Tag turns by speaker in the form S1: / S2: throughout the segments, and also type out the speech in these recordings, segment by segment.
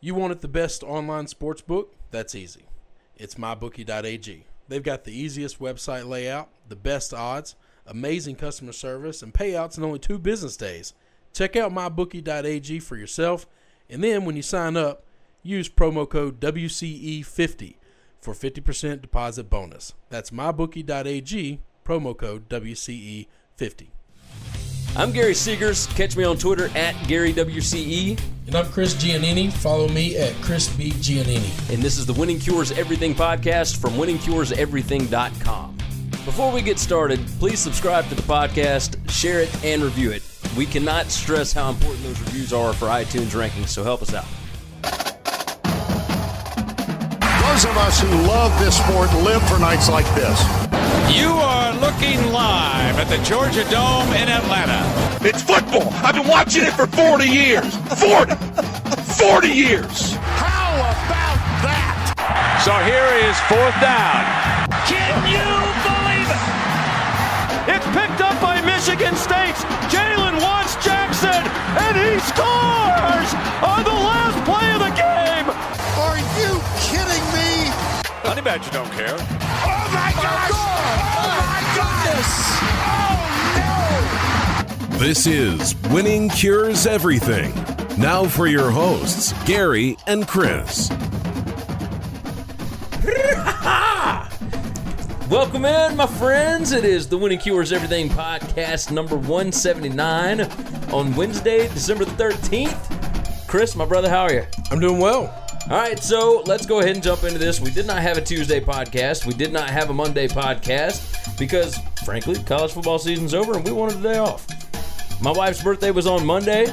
S1: You want it the best online sports book? That's easy. It's mybookie.ag. They've got the easiest website layout, the best odds, amazing customer service, and payouts in only two business days. Check out mybookie.ag for yourself, and then when you sign up, use promo code WCE50 for 50% deposit bonus. That's mybookie.ag, promo code E WCE50.
S2: I'm Gary Seegers. Catch me on Twitter at GaryWCE.
S1: And I'm Chris Giannini. Follow me at Chris B. Giannini.
S2: And this is the Winning Cures Everything podcast from winningcureseverything.com. Before we get started, please subscribe to the podcast, share it, and review it. We cannot stress how important those reviews are for iTunes rankings, so help us out.
S3: Those of us who love this sport live for nights like this.
S4: You are looking live at the Georgia Dome in Atlanta.
S5: It's football. I've been watching it for 40 years. 40. 40 years.
S3: How about that?
S4: So here is fourth down.
S6: Can you believe it? It's picked up by Michigan State's Jalen Watts Jackson, and he scores on the last play of the game.
S3: Are you kidding me?
S4: Honey Badger don't care.
S3: Oh my gosh! Oh my goodness! Oh
S7: This is Winning Cures Everything. Now for your hosts, Gary and Chris.
S2: Welcome in, my friends. It is the Winning Cures Everything podcast number 179 on Wednesday, December the 13th. Chris, my brother, how are you?
S1: I'm doing well.
S2: All right, so let's go ahead and jump into this. We did not have a Tuesday podcast. We did not have a Monday podcast because, frankly, college football season's over and we wanted a day off. My wife's birthday was on Monday.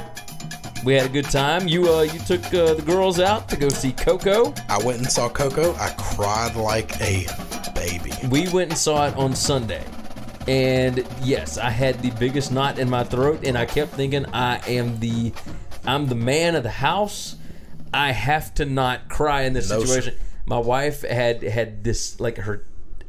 S2: We had a good time. You uh, you took uh, the girls out to go see Coco.
S1: I went and saw Coco. I cried like a baby.
S2: We went and saw it on Sunday. And yes, I had the biggest knot in my throat and I kept thinking I am the I'm the man of the house. I have to not cry in this
S1: No, sir.
S2: situation. My wife had had this like her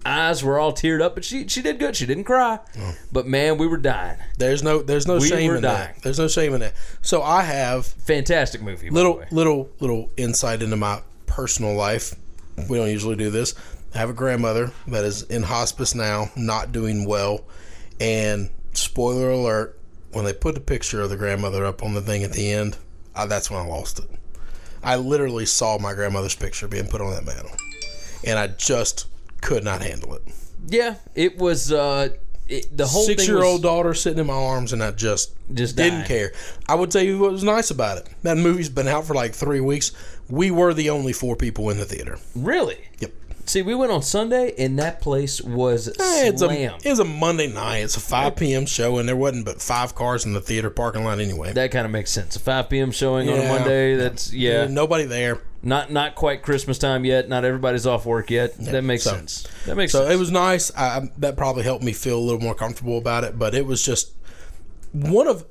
S2: eyes were all teared up, but she she did good. She didn't cry.
S1: Mm.
S2: But man, we were dying.
S1: There's no there's no
S2: We
S1: shame
S2: were
S1: in
S2: dying.
S1: that. There's no shame in that. So I have
S2: Fantastic movie. by the
S1: little
S2: way.
S1: little little insight into my personal life. We don't usually do this. I have a grandmother that is in hospice now, not doing well. And spoiler alert, when they put the picture of the grandmother up on the thing at the end, I, that's when I lost it. I literally saw my grandmother's picture being put on that mantle, and I just could not handle it.
S2: Yeah, it was uh it, the whole
S1: Six
S2: thing
S1: year
S2: was-
S1: old daughter sitting in my arms, and I just
S2: Just
S1: didn't
S2: died.
S1: care. I would tell you what was nice about it. That movie's been out for like three weeks. We were the only four people in the theater.
S2: Really?
S1: Yep.
S2: See, we went on Sunday and that place was
S1: Eh, It's a,
S2: slammed.
S1: it's a Monday night. It's a 5 p.m. show, and there wasn't but five cars in the theater parking lot anyway.
S2: that kind of makes sense. A 5 p.m. showing on a
S1: Yeah.
S2: Monday. That's yeah.
S1: And nobody there.
S2: Not not quite Christmas time yet. Not everybody's off work yet. that makes
S1: so-
S2: sense. That makes
S1: So
S2: sense.
S1: it was nice. I, I- that probably helped me feel a little more comfortable about it. But it was just one of.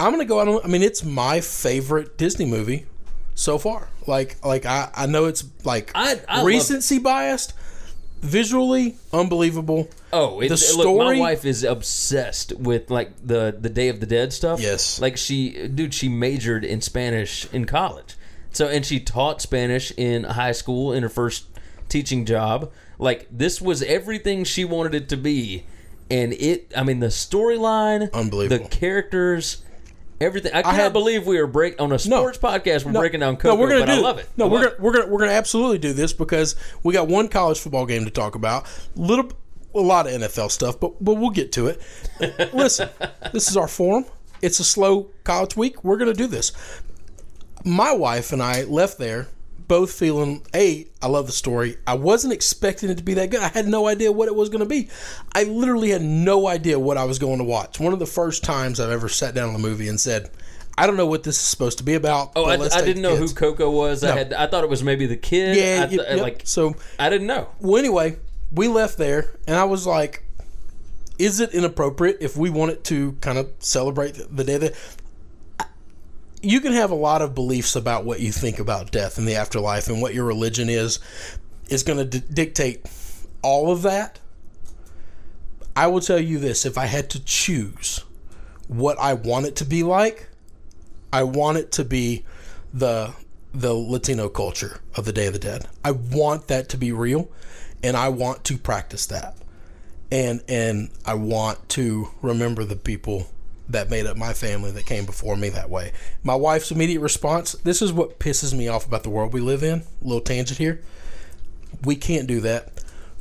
S1: I'm gonna go out. On, I mean, it's my favorite Disney movie so far. Like, like I, I know it's like
S2: I- I love-
S1: recency biased. Visually unbelievable.
S2: Oh, it,
S1: the
S2: look, my
S1: story-
S2: wife is obsessed with like the the Day of the Dead stuff.
S1: Yes.
S2: like she, dude, she majored in Spanish in college. So and she taught Spanish in high school in her first teaching job. Like this was everything she wanted it to be, and it. I mean, the storyline,
S1: Unbelievable.
S2: the characters. Everything I cannot
S1: had-
S2: believe we are break on a sports podcast. We're breaking down Coco,
S1: we're gonna
S2: but I
S1: do
S2: love it.
S1: No,
S2: I
S1: we're
S2: love
S1: gonna, we're gonna we're gonna absolutely do this because we got one college football game to talk about. Little a lot of NFL stuff, but but we'll get to it. Listen, this is our forum. It's a slow college week. We're gonna do this. My wife and I left there both feeling a I love the story. I wasn't expecting it to be that good. I had no idea what it was going to be. I literally had no idea what I was going to watch. One of the first times I've ever sat down in a movie and said, "I don't know what this is supposed to be about."
S2: Oh,
S1: but
S2: I,
S1: let's
S2: I
S1: take
S2: didn't know
S1: kids."
S2: who Coco was. I had I thought it was maybe the kid.
S1: Yeah,
S2: I th-
S1: yep, yep.
S2: like
S1: so.
S2: I didn't know.
S1: Well, anyway, we left there, and I was like, "Is it inappropriate if we wanted to kind of celebrate the- the day that?" You can have a lot of beliefs about what you think about death and the afterlife, and what your religion is is going to d- dictate all of that. I will tell you this: if I had to choose what I want it to be like, I want it to be the the Latino culture of the Day of the Dead. I want that to be real, and I want to practice that, and and I want to remember the people that made up my family that came before me that way. My wife's immediate response: "This is what pisses me off about the world we live in." Little tangent here. We can't do that.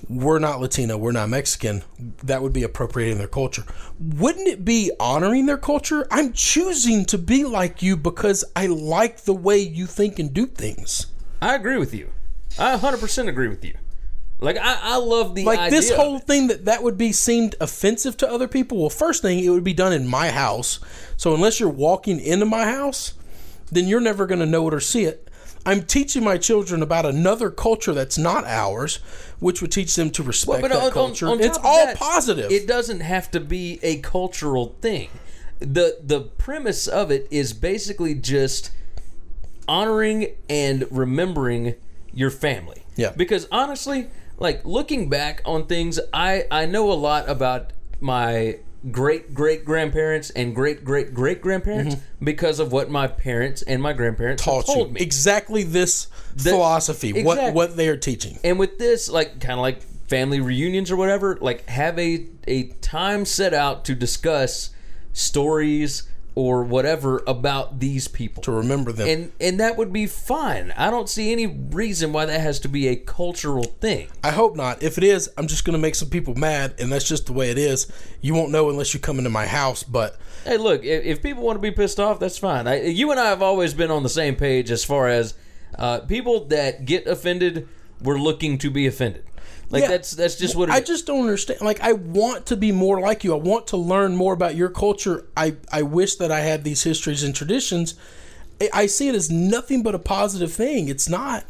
S1: We're not Latino. We're not Mexican. That would be appropriating their culture. Wouldn't it be honoring their culture? I'm choosing to be like you because I like the way you think and do things.
S2: I agree with you. I 100% agree with you. Like I, I love the
S1: Like
S2: idea
S1: this
S2: of
S1: whole
S2: it.
S1: thing that that would be seemed offensive to other people. Well, first thing, it would be done in my house. So unless you're walking into my house, then you're never going to know it or see it. I'm teaching my children about another culture that's not ours, which would teach them to respect that culture.
S2: on top
S1: it's
S2: of
S1: all
S2: that,
S1: positive.
S2: It doesn't have to be a cultural thing. the The premise of it is basically just honoring and remembering your family.
S1: Yeah.
S2: Because honestly, like looking back on things, I I know a lot about my great great grandparents and great great great grandparents because of what my parents and my grandparents have
S1: Mm-hmm. taught you
S2: told me.
S1: exactly this philosophy,
S2: Exactly.
S1: what what they are teaching.
S2: and with this like kind of like family reunions or whatever like have a a time set out to discuss stories or whatever about these people
S1: To remember them,
S2: and and that would be fine i don't see any reason why that has to be a cultural thing
S1: I hope not. If it is, I'm just going to make some people mad, and that's just the way it is. You won't know unless you come into my house. But
S2: hey look if, if people want to be pissed off that's fine I, you and i have always been on the same page as far as uh, people that get offended were looking to be offended like
S1: Yeah.
S2: that's that's just what it is.
S1: I just don't understand. Like, I want to be more like you. I want to learn more about your culture. I I wish that I had these histories and traditions. I, I see it as nothing but a positive thing. It's not.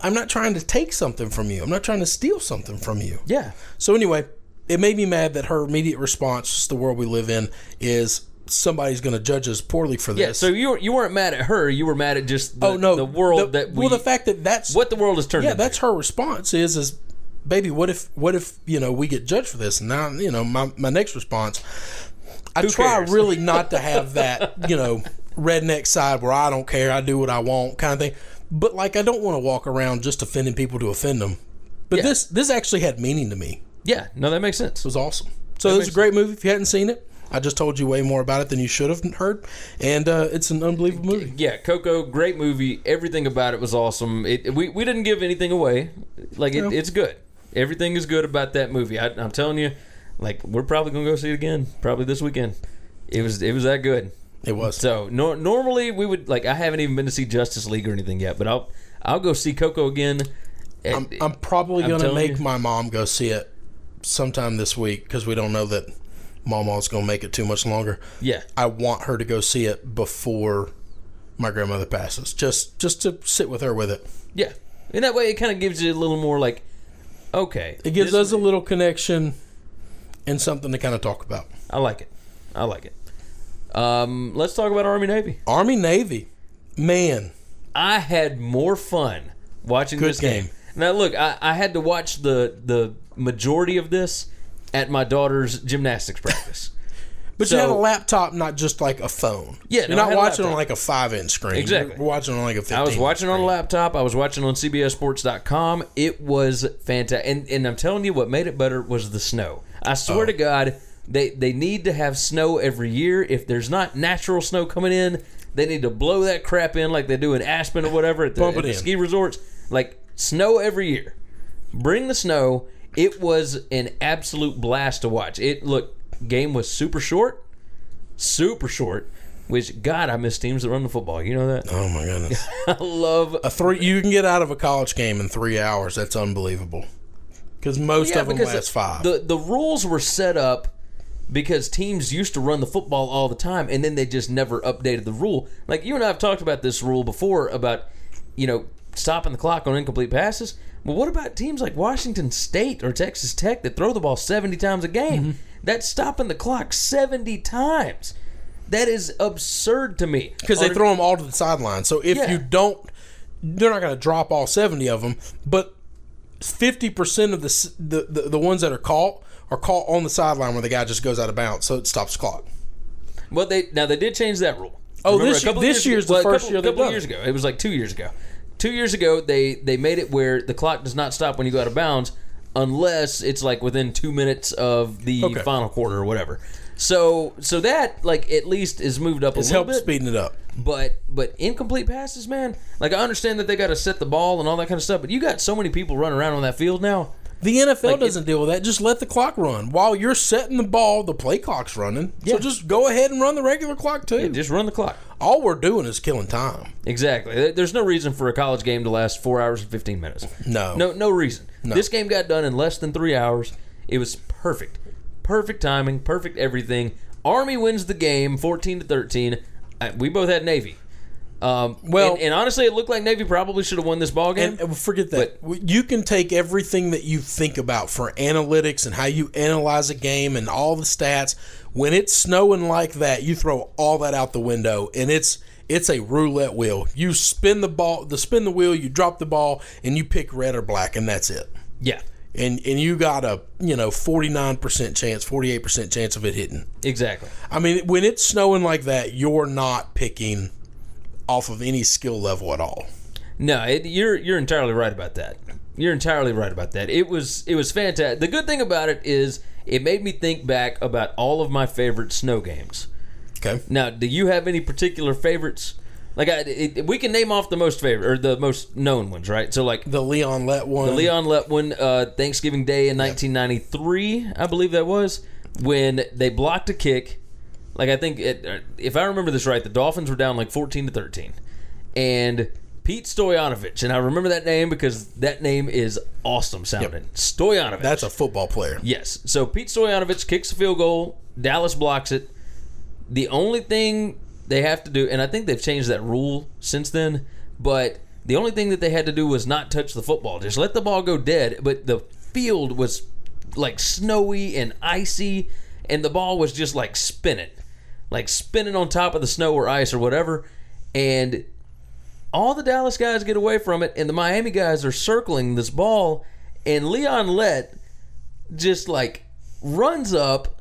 S1: I'm not trying to take something from you. I'm not trying to steal something from you.
S2: yeah
S1: So anyway, it made me mad that her immediate response, just the world we live in, is somebody's going to judge us poorly for this.
S2: Yeah, so you you weren't mad at her. You were mad at just the,
S1: oh no,
S2: the world that we
S1: well the fact that that's
S2: what the world has turned.
S1: yeah
S2: into.
S1: that's her response is is baby what if what if you know we get judged for this and now you know my my next response I try
S2: cares?
S1: really not to have that you know redneck side where I don't care I do what I want kind of thing, but like I don't want to walk around just offending people to offend them. But
S2: Yeah.
S1: this this actually had meaning to me
S2: yeah. No, that makes sense.
S1: was awesome. So it was a
S2: makes
S1: great movie. If you hadn't seen it, I just told you way more about it than you should have heard, and uh, it's an unbelievable movie.
S2: Yeah, Coco, great movie. Everything about it was awesome. It, we we didn't give anything away. Like it, it's good. Everything is good about that movie. I, I'm telling you, like we're probably gonna go see it again, probably this weekend. It was it was that good.
S1: It was.
S2: So nor normally we would like I haven't even been to see Justice League or anything yet, but I'll I'll go see Coco again. Eh,
S1: I'm, I'm probably gonna
S2: telling
S1: make
S2: you.
S1: my mom go see it sometime this week because we don't know that Mama's gonna make it too much longer.
S2: Yeah.
S1: I want her to go see it before my grandmother passes, just just to sit with her with it.
S2: Yeah. In that way, it kind of gives you a little more like, okay.
S1: It gives
S2: this-
S1: us a little connection and something to kind of talk about.
S2: I like it. I like it. Um, let's talk about Army Navy.
S1: Army Navy, man,
S2: I had more fun watching this game.
S1: game.
S2: Now, look, I, I had to watch the the majority of this at my daughter's gymnastics practice.
S1: But you had a
S2: So-
S1: laptop, not just like a phone.
S2: Yeah,
S1: you're
S2: no, I
S1: not
S2: had a
S1: watching on
S2: laptop.
S1: like a five-inch screen.
S2: Exactly.
S1: you're watching on like a. 15
S2: I was watching on a laptop. I was watching on CBSSports.com. It was fantastic. And, and I'm telling you, what made it better was the snow. I swear
S1: Oh.
S2: to God, they, they need to have snow every year. If there's not natural snow coming in, they need to blow that crap in like they do in Aspen or whatever at the,
S1: Pump it
S2: at the
S1: in.
S2: ski resorts. Like snow every year. Bring the snow. It was an absolute blast to watch. It look game was super short, super short. Which God, I miss teams that run the football. You know that
S1: Oh my goodness!
S2: I love
S1: a three you can get out of a college game in three hours. That's unbelievable. Because most of them
S2: because
S1: last five.
S2: The the rules were set up because teams used to run the football all the time, and then they just never updated the rule. Like you and I have talked about this rule before about you know stopping the clock on incomplete passes. Well, what about teams like Washington State or Texas Tech that throw the ball seventy times a game?
S1: Mm-hmm.
S2: That's stopping the clock seventy times. That is absurd to me
S1: because they
S2: On-
S1: throw them all to the sideline. So if
S2: Yeah.
S1: you don't, they're not going to drop all seventy of them. But fifty percent of the, s- the the the ones that are caught are caught on the sideline where the guy just goes out of bounds, so it stops the clock.
S2: Well, they now they did change that rule.
S1: Oh,
S2: Remember,
S1: this
S2: a couple
S1: year- this
S2: years,
S1: year's the
S2: well, a
S1: first
S2: couple-
S1: year they've
S2: couple
S1: done
S2: years
S1: it.
S2: ago. It was like two years ago. Two years ago, they they made it where the clock does not stop when you go out of bounds unless it's like within two minutes of the
S1: Okay.
S2: final quarter or whatever. So so that like at least is moved up
S1: It's
S2: a little
S1: helped
S2: bit.
S1: speeding it up.
S2: But but incomplete passes, man. Like I understand that they got to set the ball and all that kind of stuff, but you got so many people running around on that field now.
S1: The NFL
S2: Like, it-
S1: doesn't deal with that. Just let the clock run. While you're setting the ball, the play clock's running.
S2: Yeah.
S1: So just go ahead and run the regular clock too.
S2: Just run the clock.
S1: All we're doing is killing time.
S2: Exactly. There- There's no reason for a college game to last four hours and fifteen minutes.
S1: No.
S2: No, Oh. no reason. This game got done in less than three hours. It was perfect, perfect timing, perfect everything. Army wins the game, fourteen to thirteen. Uh, We both had Navy. Um,
S1: Well-
S2: well, uh, and, and honestly, it looked like Navy probably should have won this ball game.
S1: And and forget that. you can take everything that you think about for analytics and how you analyze a game and all the stats. When it's snowing like that, you throw all that out the window, and it's it's a roulette wheel. You spin the ball, the spin the wheel, you drop the ball, and you pick red or black, and that's it.
S2: yeah,
S1: And and you got a you know forty nine percent chance, forty eight percent chance of it hitting.
S2: exactly.
S1: I mean, when it's snowing like that, you're not picking off of any skill level at all.
S2: No, it, you're you're entirely right about that. You're entirely right about that. It was it was fantastic. The good thing about it is it made me think back about all of my favorite snow games.
S1: Okay.
S2: Now, do you have any particular favorites? Like, I, it, we can name off the most favorite or the most known ones, right? So, like
S1: The Leon Let one.
S2: the Leon Lett one, uh, Thanksgiving Day in 1993, I believe that was when they blocked a kick. Like, I think it, uh, if I remember this right, the Dolphins were down like 14 to 13, and Pete Stoyanovich, and I remember that name because that name is awesome sounding. Stoyanovich.
S1: That's a football player.
S2: Yes. So Pete Stoyanovich kicks a field goal. Dallas blocks it. The only thing they have to do, and I think they've changed that rule since then, but the only thing that they had to do was not touch the football. Just let the ball go dead. But the field was like snowy and icy, and the ball was just like spinning, like spinning on top of the snow or ice or whatever. And all the Dallas guys get away from it, and the Miami guys are circling this ball, and Leon Lett just like runs up.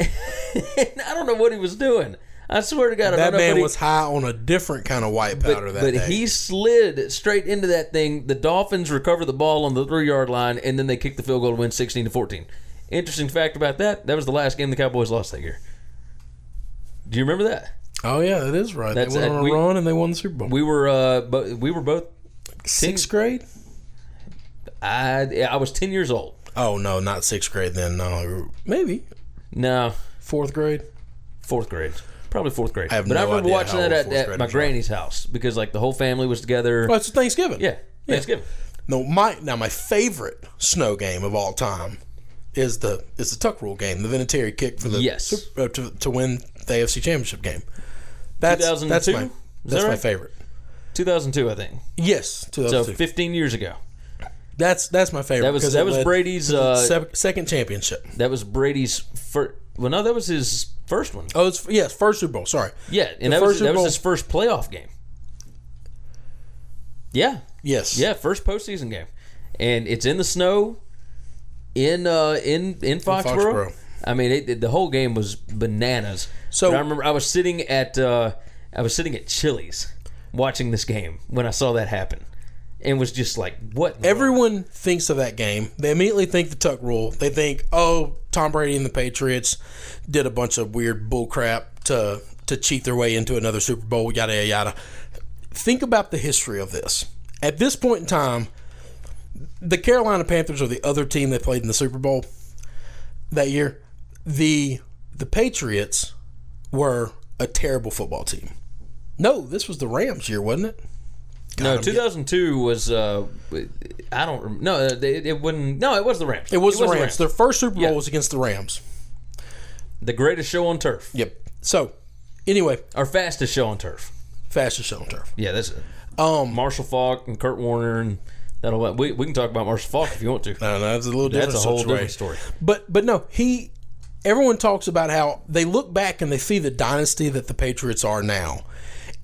S2: and I don't know what he was doing. I swear to God,
S1: That
S2: I don't know, but
S1: man
S2: he-
S1: was high on a different kind of white
S2: but-
S1: powder that
S2: but
S1: day.
S2: he slid straight into that thing. The Dolphins recover the ball on the three yard line, and then they kick the field goal to win sixteen to fourteen. Interesting fact about that: that was the last game the Cowboys lost that year. Do you remember that?
S1: oh yeah, that is right. They
S2: That's-
S1: went
S2: uh,
S1: on a
S2: we-
S1: run and they won the Super Bowl.
S2: We were uh, bo- we were both.
S1: sixth grade?
S2: I I was ten years old.
S1: Oh no, not sixth grade then. No, maybe
S2: No,
S1: fourth grade.
S2: fourth grade. Probably fourth grade.
S1: I have
S2: but I
S1: no
S2: remember
S1: idea
S2: watching
S1: how
S2: that
S1: old fourth
S2: at, at
S1: graders
S2: my
S1: are.
S2: granny's house because like the whole family was together.
S1: Oh, it's Thanksgiving.
S2: Yeah, Thanksgiving.
S1: No, my now my favorite snow game of all time is the is the tuck rule game, the Vinatieri kick for the
S2: Yes.
S1: Sup- uh, to, to win the AFC Championship game. That's that's
S2: 2002?
S1: my
S2: Is that
S1: that's my
S2: right?
S1: favorite.
S2: 2002, I think.
S1: Yes,
S2: So
S1: 2002.
S2: 15 years ago.
S1: that's that's my favorite.
S2: That was
S1: because
S2: that
S1: it
S2: was
S1: led
S2: Brady's.
S1: to the
S2: Uh,
S1: sep- second championship.
S2: that was Brady's first. Well, no, that was his first one.
S1: Oh, it's yes, first Super Bowl. Sorry.
S2: yeah, and
S1: the
S2: that was
S1: first Super
S2: that was
S1: Bowl-
S2: his first playoff game. Yeah,
S1: Yes.
S2: yeah, first postseason game, and it's in the snow, in uh, in in Foxborough.
S1: Foxborough.
S2: I mean, it, the whole game was bananas.
S1: So-
S2: But I remember I was sitting at uh, I was sitting at Chili's watching this game when I saw that happen, and was just like, "What?" in the world?
S1: Everyone thinks of that game. They immediately think the Tuck Rule. They think, oh, Tom Brady and the Patriots did a bunch of weird bull crap to to cheat their way into another Super Bowl. Yada yada yada. Think about the history of this. At this point in time, the Carolina Panthers are the other team that played in the Super Bowl that year. the The Patriots were a terrible football team. No, this was the Rams year, wasn't it?
S2: No, 2002 was. Uh, I don't. rem- No, they- it, wouldn't. No, it was the Rams.
S1: It was, the, Rams. Their first Super Bowl
S2: Yeah.
S1: was against the Rams.
S2: The greatest show on turf,
S1: Yep. So, anyway,
S2: or fastest show on turf.
S1: fastest show on turf.
S2: Yeah, that's it.
S1: Um,
S2: Marshall Falk and Kurt Warner and that all that. We, we can talk about Marshall Falk if you want to.
S1: I don't know. That's a little different.
S2: that's a whole
S1: situation.
S2: different story.
S1: But but no, he. Everyone talks about how they look back and they see the dynasty that the Patriots are now,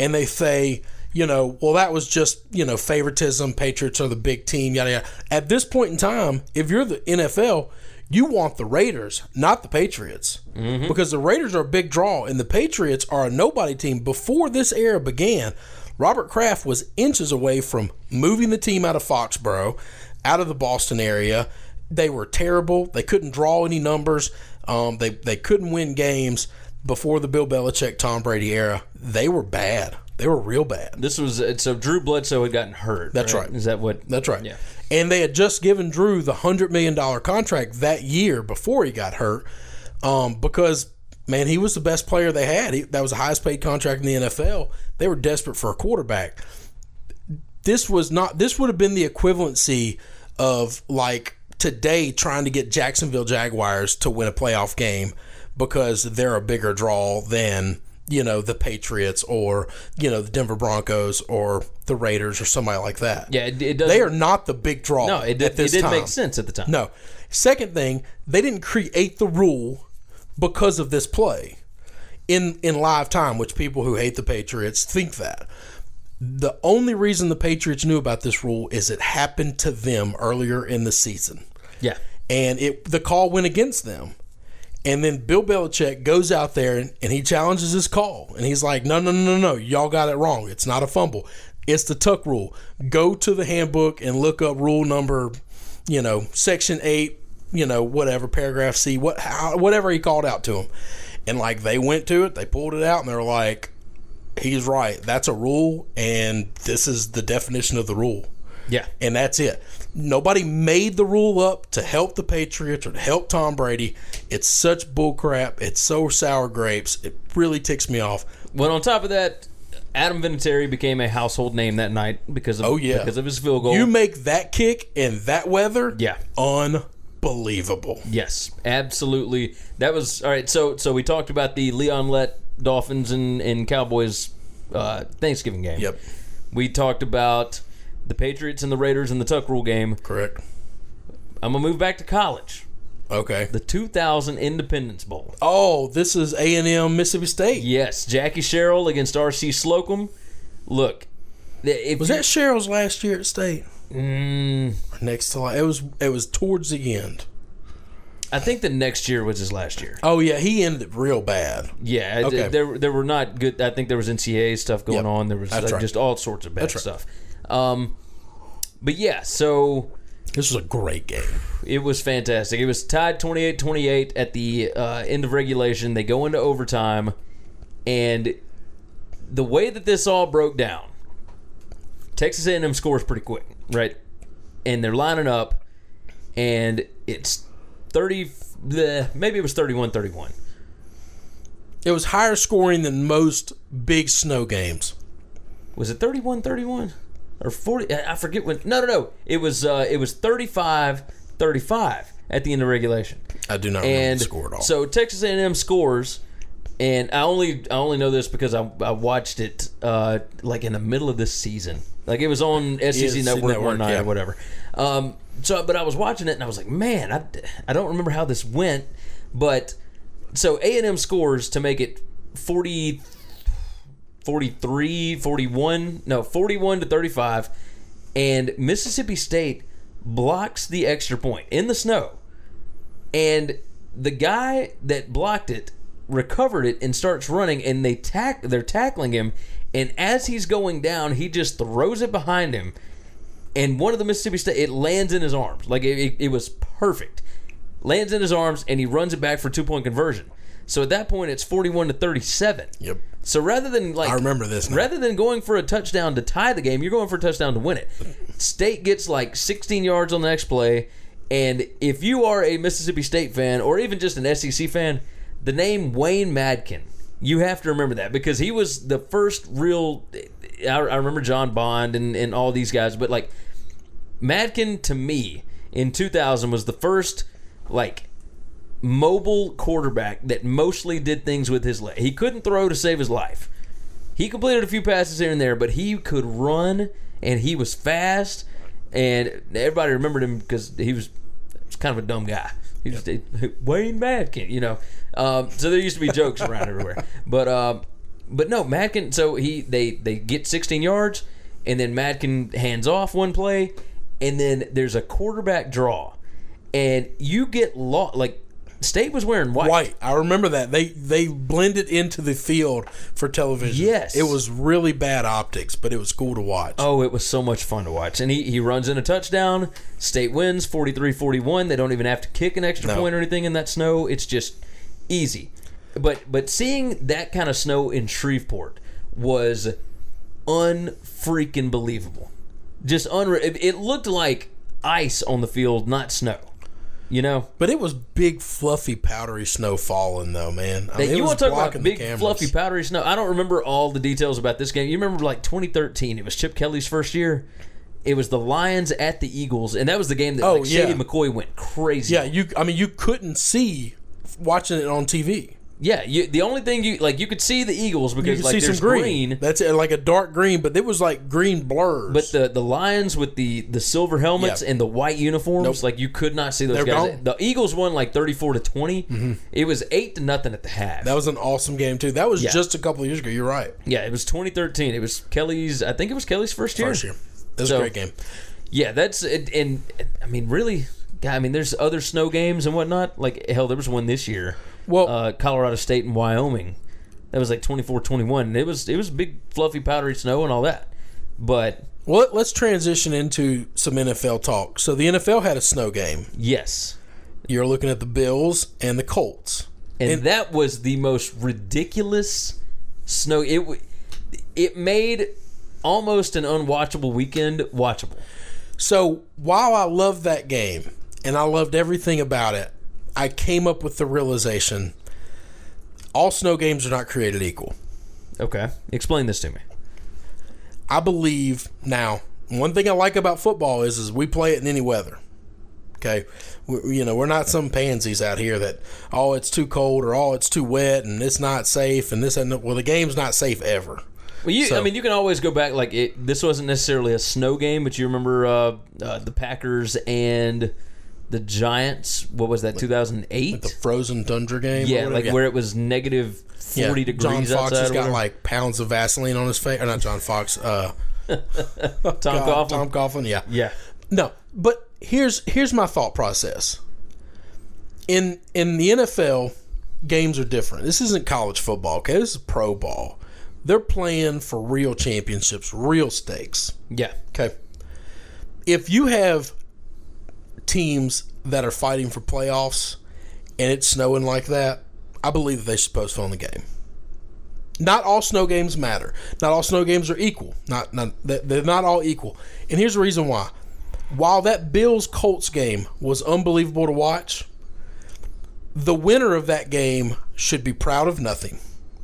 S1: and they say, you know, well that was just you know favoritism. Patriots are the big team. Yada yada. At this point in time, if you're the NFL, you want the Raiders, not the Patriots,
S2: Mm-hmm.
S1: because the Raiders are a big draw and the Patriots are a nobody team. Before this era began, Robert Kraft was inches away from moving the team out of Foxborough, out of the Boston area. They were terrible. They couldn't draw any numbers. Um, they they couldn't win games before the Bill Belichick Tom Brady era. They were bad. They were real bad.
S2: This was uh, so Drew Bledsoe had gotten hurt.
S1: That's right.
S2: Is that what?
S1: That's right.
S2: Yeah.
S1: And they had just given Drew the hundred million dollar contract that year before he got hurt, um, because man, he was the best player they had. He, that was the highest paid contract in the NFL. They were desperate for a quarterback. This was not. This would have been the equivalency of like today trying to get Jacksonville Jaguars to win a playoff game because they're a bigger draw than you know the Patriots or you know the Denver Broncos or the Raiders or somebody like that.
S2: Yeah. It, it does.
S1: They are not the big draw.
S2: No, it did.
S1: at this
S2: it did
S1: time.
S2: make sense at the time.
S1: No. Second thing, they didn't create the rule because of this play in in live time, which people who hate the Patriots think that. The only reason the Patriots knew about this rule is it happened to them earlier in the season
S2: Yeah.
S1: and it the call went against them. And then Bill Belichick goes out there and, and he challenges his call. And he's like, no, no, no, no, no. Y'all got it wrong. It's not a fumble. It's the tuck rule. Go to the handbook and look up rule number, you know, section eight, you know, whatever, paragraph C, what, how, whatever he called out to him. And like they went to it, they pulled it out, and they're like, he's right. That's a rule. And this is the definition of the rule
S2: Yeah.
S1: and that's it. Nobody made the rule up to help the Patriots or to help Tom Brady. It's such bullcrap. It's so sour grapes. It really ticks me off.
S2: Well, on top of that, Adam Vinatieri became a household name that night because of
S1: Oh, yeah.
S2: because of his field goal.
S1: You make that kick in that weather,
S2: Yeah.
S1: unbelievable.
S2: Yes, absolutely. That was all right. So so we talked about the Leon Let Dolphins and and Cowboys uh, Thanksgiving game.
S1: Yep,
S2: We talked about the Patriots and the Raiders and the Tuck Rule game.
S1: correct.
S2: I'm gonna move back to college.
S1: Okay.
S2: The 2000 Independence Bowl.
S1: Oh, this is A and M, Mississippi State.
S2: Yes, Jackie Sherrill against R.C. Slocum. Look, th- if
S1: Was
S2: you-
S1: that Cheryl's last year at State? Mm. Next to like it was. It was towards the end.
S2: I think the next year was his last year.
S1: Oh yeah, he ended real bad.
S2: Yeah,
S1: Okay.
S2: th- there there were not good. I think there was NCAA stuff going
S1: Yep.
S2: on. There was
S1: That's
S2: like,
S1: right.
S2: just all sorts of bad
S1: right.
S2: stuff. Um, but yeah, so
S1: This was a great game.
S2: it was fantastic. It was tied 28-28 at the uh, end of regulation. They go into overtime, and the way that this all broke down, Texas A&M scores pretty quick, right? And they're lining up, and it's thirty. bleh, Maybe it was 31-31.
S1: It was higher scoring than most big snow games.
S2: was it 31 31 or 40 I I forget when no no no it was uh it was 35 35 at the end of regulation
S1: I do not remember
S2: and
S1: the score at all.
S2: so Texas A&M scores and I only I only know this because I, I watched it uh like in the middle of this season like it was on SEC
S1: ESC
S2: network, one
S1: Network,
S2: night
S1: yeah.
S2: or whatever um so but I was watching it and I was like man I, I don't remember how this went but so A&M scores to make it 40 43 41 no 41 to 35 and Mississippi State blocks the extra point in the snow and the guy that blocked it recovered it and starts running and they tack they're tackling him and as he's going down he just throws it behind him and one of the Mississippi State it lands in his arms like it, it, it was perfect lands in his arms and he runs it back for two point conversion so at that point it's 41 to 37
S1: Yep.
S2: so rather than like
S1: I remember this now.
S2: rather than going for a touchdown to tie the game, you're going for a touchdown to win it. State gets like 16 yards on the next play, and if you are a Mississippi State fan or even just an SEC fan, the name Wayne Madkin, you have to remember that because he was the first real. I, I remember John Bond and, and all these guys, but like Madkin to me in 2000 was the first like mobile quarterback that mostly did things with his leg. He couldn't throw to save his life. He completed a few passes here and there, but he could run and he was fast. And everybody remembered him because he was, he was kind of a dumb guy. He was Wayne Madkin, you know. Um, so there used to be jokes around everywhere, but um, but no, Madkin. So he they they get 16 yards, and then Madkin hands off one play, and then there's a quarterback draw and you get lost. Like State was wearing white.
S1: White. I remember that. They they blended into the field for television.
S2: Yes.
S1: It was really bad optics, but it was cool to watch.
S2: Oh, it was so much fun to watch. And he, he runs in a touchdown. State wins 43 41. They don't even have to kick an extra
S1: No.
S2: point or anything in that snow. It's just easy. But but seeing that kind of snow in Shreveport was unfreaking believable. Just unreal. It, it looked like ice on the field, not snow. You know?
S1: But it was big, fluffy, powdery snow falling, though, man. I mean, it
S2: you
S1: was
S2: want to talk
S1: blocking
S2: about
S1: the
S2: big,
S1: cameras.
S2: fluffy, powdery snow? I don't remember all the details about this game. You remember like 2013? It was Chip Kelly's first year. It was the Lions at the Eagles, and that was the game that
S1: Oh,
S2: like, Shady
S1: yeah.
S2: McCoy went crazy.
S1: Yeah, you. I mean, you couldn't see watching it on TV.
S2: yeah. You, the only thing you like, you could see the Eagles
S1: You
S2: because
S1: could
S2: like
S1: see some
S2: there's
S1: green.
S2: green,
S1: That's it, like a dark green, but it was like green blurs.
S2: but the the Lions with the the silver helmets
S1: Yeah.
S2: and the white uniforms,
S1: Nope.
S2: like you could not see those
S1: They're
S2: guys.
S1: gone. Mm-hmm.
S2: The Eagles won like 34 to 20. It was eight to nothing at the half.
S1: that was an awesome game too. That was
S2: Yeah.
S1: just a couple of years ago. You're right.
S2: yeah, it was 2013. It was Kelly's. I think it was Kelly's first year.
S1: First year. That was
S2: So-
S1: a great game.
S2: Yeah, that's and, and I mean, really, God, I mean, there's other snow games and whatnot. Like hell, there was one this year.
S1: Well-
S2: uh, Colorado State and Wyoming. That was like 24-21. and It was it was big, fluffy, powdery snow and all that. But
S1: Well, let- let's transition into some NFL talk. So the NFL had a snow game.
S2: yes,
S1: You're looking at the Bills and the Colts.
S2: and, that was the most ridiculous snow. It w- it made almost an unwatchable weekend watchable.
S1: So while I loved that game and I loved everything about it, I came up with the realization all snow games are not created equal.
S2: Okay, explain this to me.
S1: I believe now one thing I like about football is is we play it in any weather. Okay, we, you know we're not some pansies out here that oh it's too cold or oh it's too wet and it's not safe and this and that. well the game's not safe ever.
S2: Well, you, I
S1: So-
S2: mean, you can always go back. Like it, this wasn't necessarily a snow game, but you remember uh, uh, the Packers and the Giants. What was that? Two thousand
S1: The
S2: eight.
S1: frozen tundra game, or
S2: Yeah,
S1: whatever,
S2: like where it was negative forty
S1: Yeah,
S2: degrees
S1: John Fox
S2: outside.
S1: has
S2: or
S1: got
S2: whatever.
S1: like pounds of Vaseline on his face, or not John Fox, uh,
S2: Tom Coughlin.
S1: Tom Coughlin. Yeah,
S2: yeah,
S1: No, but here's here's my thought process. In in the NFL, games are different. This isn't college football, okay? This is pro ball. They're playing for real championships, real stakes.
S2: yeah,
S1: Okay. If you have teams that are fighting for playoffs and it's snowing like that, I believe that they should postpone the game. Not all snow games matter. Not all snow games are equal. Not, not they- they're not all equal. And here's the reason why. While that Bills Colts game was unbelievable to watch, the winner of that game should be proud of nothing.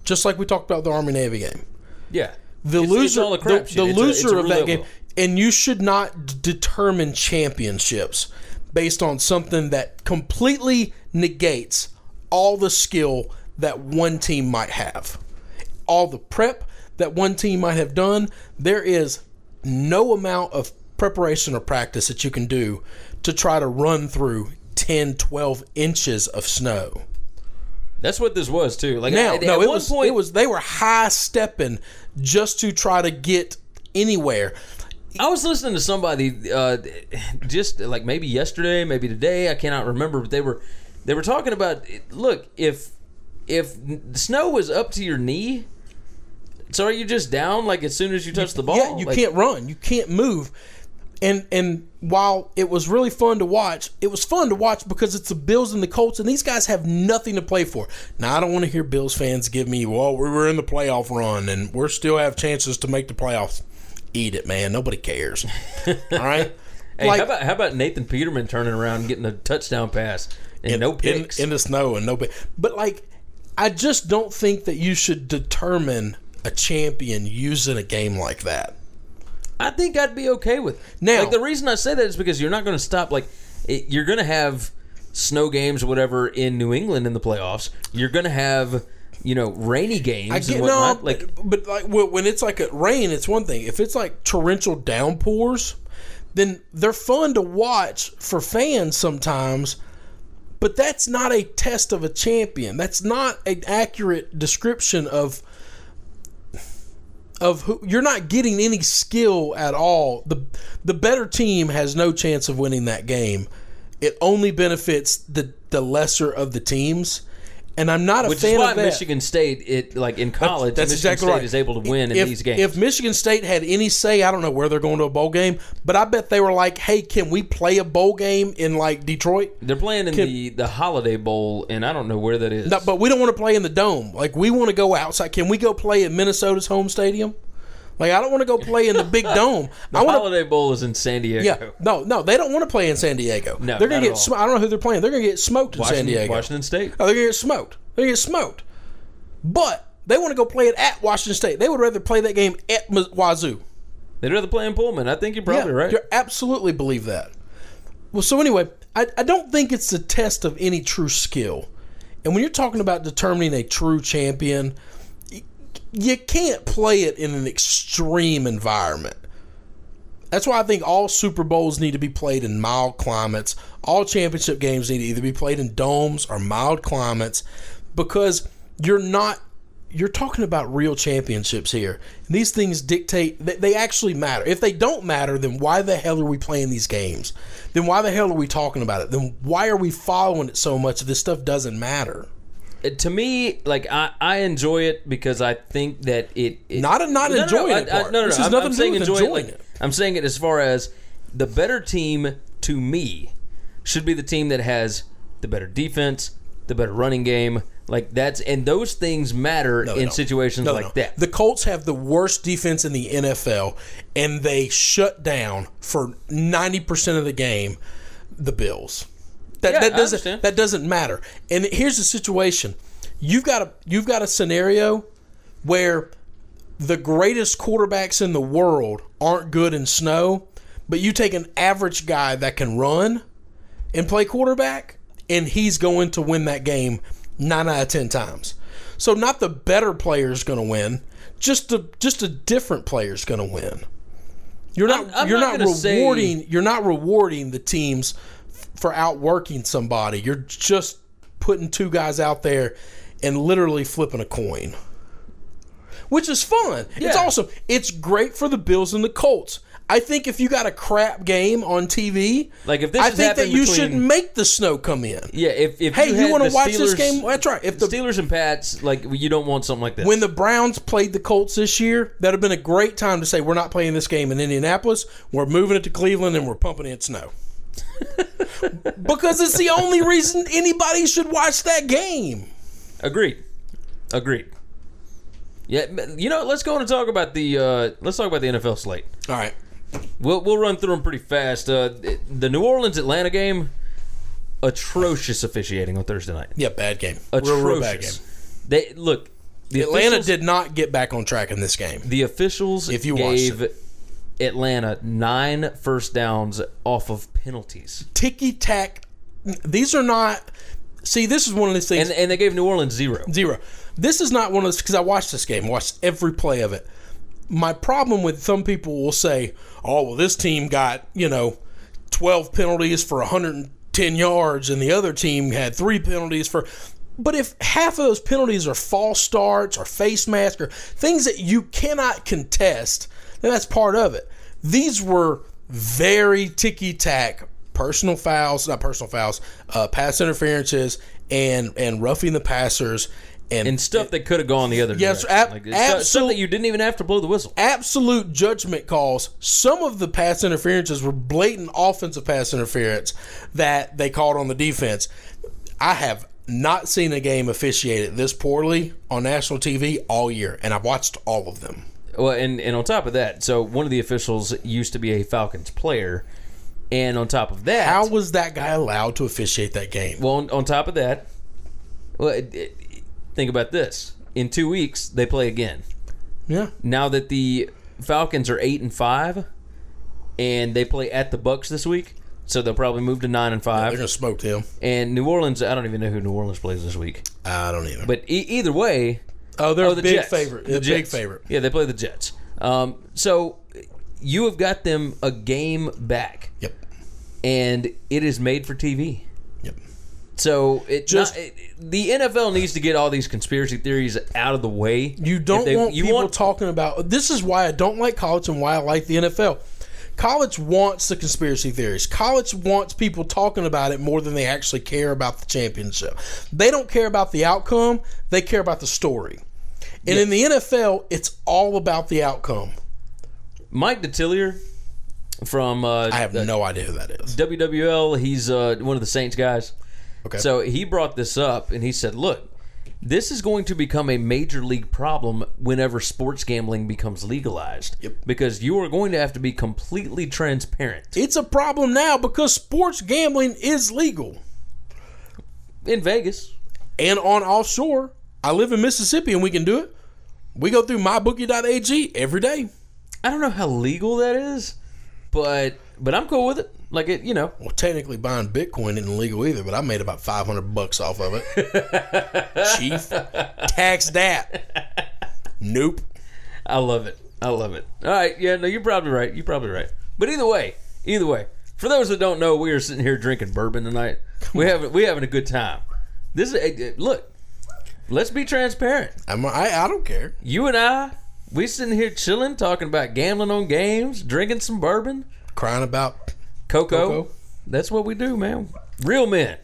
S1: Just like we talked about the Army Navy game
S2: yeah.
S1: the
S2: It's- it's
S1: loser,
S2: all a
S1: the-
S2: crapshoot.
S1: the,
S2: It's a- it's a
S1: loser of
S2: roulette
S1: that game,
S2: wheel.
S1: and you should not d- determine championships based on something that completely negates all the skill that one team might have, all the prep that one team might have done. There is no amount of preparation or practice that you can do to try to run through 10, 12 inches of snow.
S2: That's what this was too. Like
S1: Now,
S2: at,
S1: no,
S2: at
S1: it
S2: one
S1: was
S2: point,
S1: it was they were high stepping just to try to get anywhere.
S2: I was listening to somebody uh, just like maybe yesterday, maybe today. I cannot remember, but they were they were talking about look if if snow was up to your knee. So are you just down like as soon as you touch the ball?
S1: Yeah, you
S2: Like,
S1: can't run, you can't move. And and while it was really fun to watch, it was fun to watch because it's the Bills and the Colts, and these guys have nothing to play for. Now I don't want to hear Bills fans give me, "Well, we were in the playoff run, and we're still have chances to make the playoffs." Eat it, man. Nobody cares. All right.
S2: Hey, how about how about Nathan Peterman turning around and getting a touchdown pass and
S1: in-
S2: no picks?
S1: in, in the snow and no pick. But like, I just don't think that you should determine a champion using a game like that.
S2: I think I'd be okay with it.
S1: Now-
S2: like the reason I say that is because you're not going to stop. Like it, you're going to have snow games, or whatever, in New England in the playoffs. You're going to have you know rainy games
S1: I get
S2: and
S1: no,
S2: whatnot. like
S1: like, but like wh- when it's like a rain, it's one thing. If it's like torrential downpours, then they're fun to watch for fans sometimes. But that's not a test of a champion. That's not an accurate description of of who you're not getting any skill at all. The the better team has no chance of winning that game. It only benefits the the lesser of the teams, and I'm not a
S2: Which
S1: fan
S2: is why
S1: of that.
S2: Michigan State, it like in college,
S1: That's
S2: Michigan
S1: exactly
S2: State
S1: right.
S2: is able to win in
S1: if,
S2: these games.
S1: If Michigan State had any say, I don't know where they're going to a bowl game, but I bet they were like, "Hey, can we play a bowl game in like Detroit?
S2: They're playing in
S1: Can-
S2: the, the Holiday Bowl, and I don't know where that is.
S1: No, but we don't want to play in the dome. Like we want to go outside. Can we go play at Minnesota's home stadium? Like I don't want to go play in the big dome.
S2: the
S1: I want to
S2: Holiday Bowl is in San Diego.
S1: Yeah. No, no, they don't want to play in San Diego.
S2: No,
S1: they're gonna
S2: not at
S1: get.
S2: all.
S1: Sm- I don't know who they're playing. They're gonna get smoked in
S2: Washington,
S1: San Diego.
S2: Washington State.
S1: Oh, they're gonna get smoked. They're gonna get smoked. But they want to go play it at Washington State. They would rather play that game at Mi- Wazoo.
S2: They'd rather play in Pullman. I think you're probably
S1: Yeah,
S2: right.
S1: You absolutely believe that. Well, so anyway, I, I don't think it's the test of any true skill. And when you're talking about determining a true champion, y- you can't play it in an extreme environment. That's why I think all Super Bowls need to be played in mild climates. All championship games need to either be played in domes or mild climates because you're not you're talking about real championships here. These things dictate they, they actually matter. If they don't matter, then why the hell are we playing these games? Then why the hell are we talking about it? Then why are we following it so much if this stuff doesn't matter?
S2: It- to me, like I, I enjoy it because I think that it, it
S1: Not a not
S2: No, no, no,
S1: enjoying
S2: I-
S1: it
S2: I-
S1: part.
S2: no, no,
S1: This
S2: no,
S1: has
S2: I'm,
S1: nothing
S2: I'm
S1: to do
S2: saying
S1: with
S2: enjoy it.
S1: enjoying
S2: like-
S1: it.
S2: I'm saying it as far as the better team to me should be the team that has the better defense, the better running game. Like that's and those things matter
S1: No, they
S2: in
S1: don't.
S2: situations
S1: No, they don't.
S2: like that.
S1: The Colts have the worst defense in the NFL, and they shut down for ninety percent of the game the Bills. That,
S2: Yeah,
S1: that
S2: I
S1: doesn't
S2: understand.
S1: that doesn't matter. And here's the situation: you've got a you've got a scenario where the greatest quarterbacks in the world aren't good in snow, but you take an average guy that can run and play quarterback, and he's going to win that game nine out of ten times. So not the better player is going to win, just the just a different player is going to win. You're not
S2: I'm- I'm
S1: you're
S2: not
S1: not,
S2: gonna say-
S1: rewarding you're not rewarding the teams f- for outworking somebody. You're just putting two guys out there and literally flipping a coin which is fun. It's
S2: Yeah.
S1: awesome. It's great for the Bills and the Colts. I think if you got a crap game on TV,
S2: Like, if this
S1: I
S2: has
S1: think that
S2: happened
S1: you
S2: between-
S1: should make the snow come in.
S2: yeah, if, if
S1: Hey, you,
S2: had
S1: want to
S2: the
S1: watch this
S2: Steelers-
S1: game? That's right. If the
S2: Steelers and Pats, like you don't want something like this.
S1: when the Browns played the Colts this year, that'd have been a great time to say we're not playing this game in Indianapolis. We're moving it to Cleveland and we're pumping it snow. because it's the only reason anybody should watch that game.
S2: Agreed. Agreed. Yeah, m- you know, let's go on and talk about the uh, let's talk about the NFL slate.
S1: All right.
S2: We'll we'll run through them pretty fast. Uh, th- the New Orleans Atlanta game, atrocious officiating on Thursday night.
S1: Yeah, bad game.
S2: Atrocious.
S1: Real, real bad game.
S2: They look. The
S1: Atlanta
S2: officials-
S1: did not get back on track in this game.
S2: The officials
S1: If you watched
S2: gave Atlanta nine first downs off of penalties,
S1: ticky tack. These are not. See, this is one of these things.
S2: and and they gave New Orleans zero.
S1: zero. This is not one of those because I watched this game, watched every play of it. My problem with some people will say, "Oh, well, this team got you know twelve penalties for 110 yards, and the other team had three penalties for." But if half of those penalties are false starts or face mask or things that you cannot contest, then that's part of it. These were very ticky tack personal fouls, not personal fouls, uh, pass interferences, and and roughing the passers, and,
S2: And stuff that could have gone the other
S1: Yes,
S2: direction.
S1: ab-
S2: like, it's stuff- stuff
S1: absolute-
S2: that you didn't even have to blow the whistle.
S1: absolute judgment calls. Some of the pass interferences were blatant offensive pass interference that they called on the defense. I have not seen a game officiated this poorly on national TV all year, and I've watched all of them.
S2: Well, and, and on top of that, so one of the officials used to be a Falcons player, and on top of that,
S1: How was that guy allowed to officiate that game?
S2: well, on, on top of that, well, it- it- think about this: in two weeks, they play again.
S1: yeah,
S2: Now that the Falcons are eight and five, and they play at the Bucks this week, so they'll probably move to nine and
S1: they're
S2: five.
S1: gonna smoke him.
S2: and New Orleans, I don't even know who New Orleans plays this week,
S1: I don't either.
S2: but e- either way,
S1: oh, they're
S2: Oh,
S1: a
S2: the
S1: big
S2: Jets.
S1: favorite.
S2: The
S1: The big
S2: Jets.
S1: favorite.
S2: Yeah, they play the Jets. Um, so you have got them a game back,
S1: Yep.
S2: and it is made for TV.
S1: Yep.
S2: So it just
S1: Just-
S2: it, the NFL needs to get all these conspiracy theories out of the way.
S1: You don't
S2: If they-
S1: want people
S2: want-
S1: talking about. This is why I don't like college and why I like the NFL. College wants the conspiracy theories. College wants people talking about it more than they actually care about the championship. They don't care about the outcome, they care about the story. And in the NFL, it's all about the outcome.
S2: Mike Detillier from uh,
S1: I have no idea who that is.
S2: WWL. He's uh, one of the Saints guys.
S1: Okay.
S2: So he brought this up and he said, "Look, this is going to become a major league problem whenever sports gambling becomes legalized. Yep. Because you are going to have to be completely transparent
S1: it's a problem now because sports gambling is legal
S2: in Vegas.
S1: and on offshore. I live in Mississippi and we can do it. We go through mybookie.ag every day.
S2: I don't know how legal that is, but but I'm cool with it. Like it, you know,
S1: Well, technically buying Bitcoin isn't legal either, but I made about 500 bucks off of it. Chief, tax that. Nope.
S2: I love it. I love it. All right. Yeah. No, you're probably right. You're probably right. But either way, either way, for those that don't know, we are sitting here drinking bourbon tonight. We having we having a good time. This is eh, eh, look. Let's be transparent.
S1: I'm, I, I don't care.
S2: You and I, we sitting here chilling, talking about gambling on games, drinking some bourbon,
S1: Crying about
S2: cocoa.
S1: Cocoa.
S2: That's what we do, man. Real men.